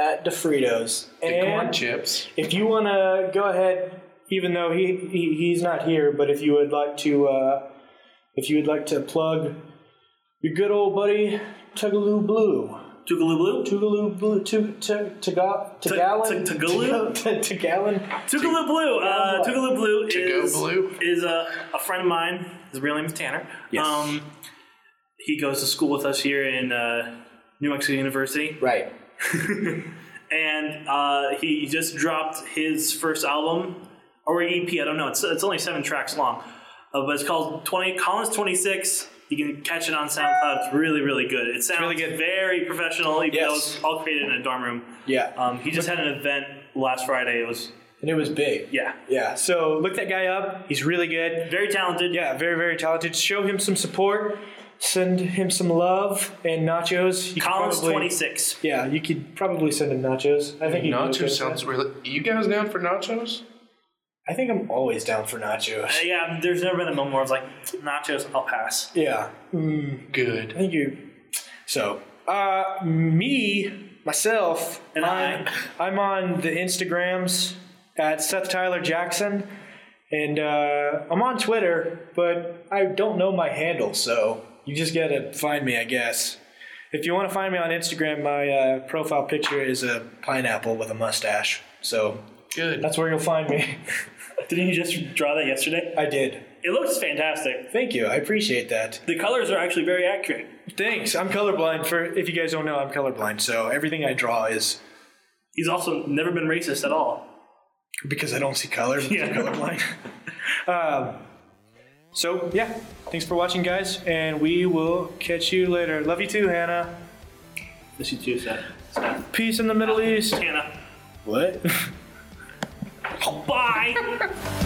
at DeFritos.
The corn
And
chips.
if you want to go ahead, even though he, he he's not here, but if you would like to, uh, if you would like to plug your good old buddy Tugaloo Blue,
Tugaloo Blue?
Tougaloo Blue, Tug, Tug, Tuga, Tugalin,
Tug- Tugaloo?
Tug- Tugalin.
Tugaloo Blue. Uh, Tugaloo Blue
Tugo
is
Blue?
is a, a friend of mine. His real name is Tanner.
Yes.
Um, he goes to school with us here in uh, New Mexico University,
Right.
and uh, he just dropped his first album or EP. I don't know. It's it's only seven tracks long, uh, but it's called Twenty Collins Twenty Six. You can catch it on SoundCloud. It's really, really good. It sounds
really good.
very professional, even though
Yes.
it's all created in a dorm room.
Yeah.
Um, he just had an event last Friday. It was,
and it was big.
yeah,
Yeah.
So look that guy up. He's really good.
very talented.
Yeah, very, very talented. Show him some support. Send him some love and nachos. You could
Collins
probably-
26.
Yeah, you could probably send him nachos. I think he'd be okay
Nacho
with
sounds
that.
really. You guys down for nachos?
I think I'm always down for nachos.
Uh, Yeah, there's never been a moment where I was like, nachos, I'll pass.
Yeah, I
Good.
think you. So, uh, me myself
And
I'm, I'm on the Instagrams at Seth Tyler Jackson, and uh, I'm on Twitter, but I don't know my handle, so you just gotta find me, I guess. If you want to find me on Instagram, my uh, profile picture is a pineapple with a mustache, so
Good.
that's where you'll find me.
Didn't you just draw that yesterday?
I did.
It looks fantastic.
Thank you. I appreciate that.
The colors are actually very accurate.
Thanks. I'm colorblind. For if you guys don't know, I'm colorblind, so everything I draw is
He's also never been racist at all.
because I don't see color. because I'm
Yeah.
colorblind. um, so yeah, thanks for watching, guys, and we will catch you later. Love you too, Hannah.
This you too, Seth.
Peace in the Middle East.
Hannah.
What?
Bye!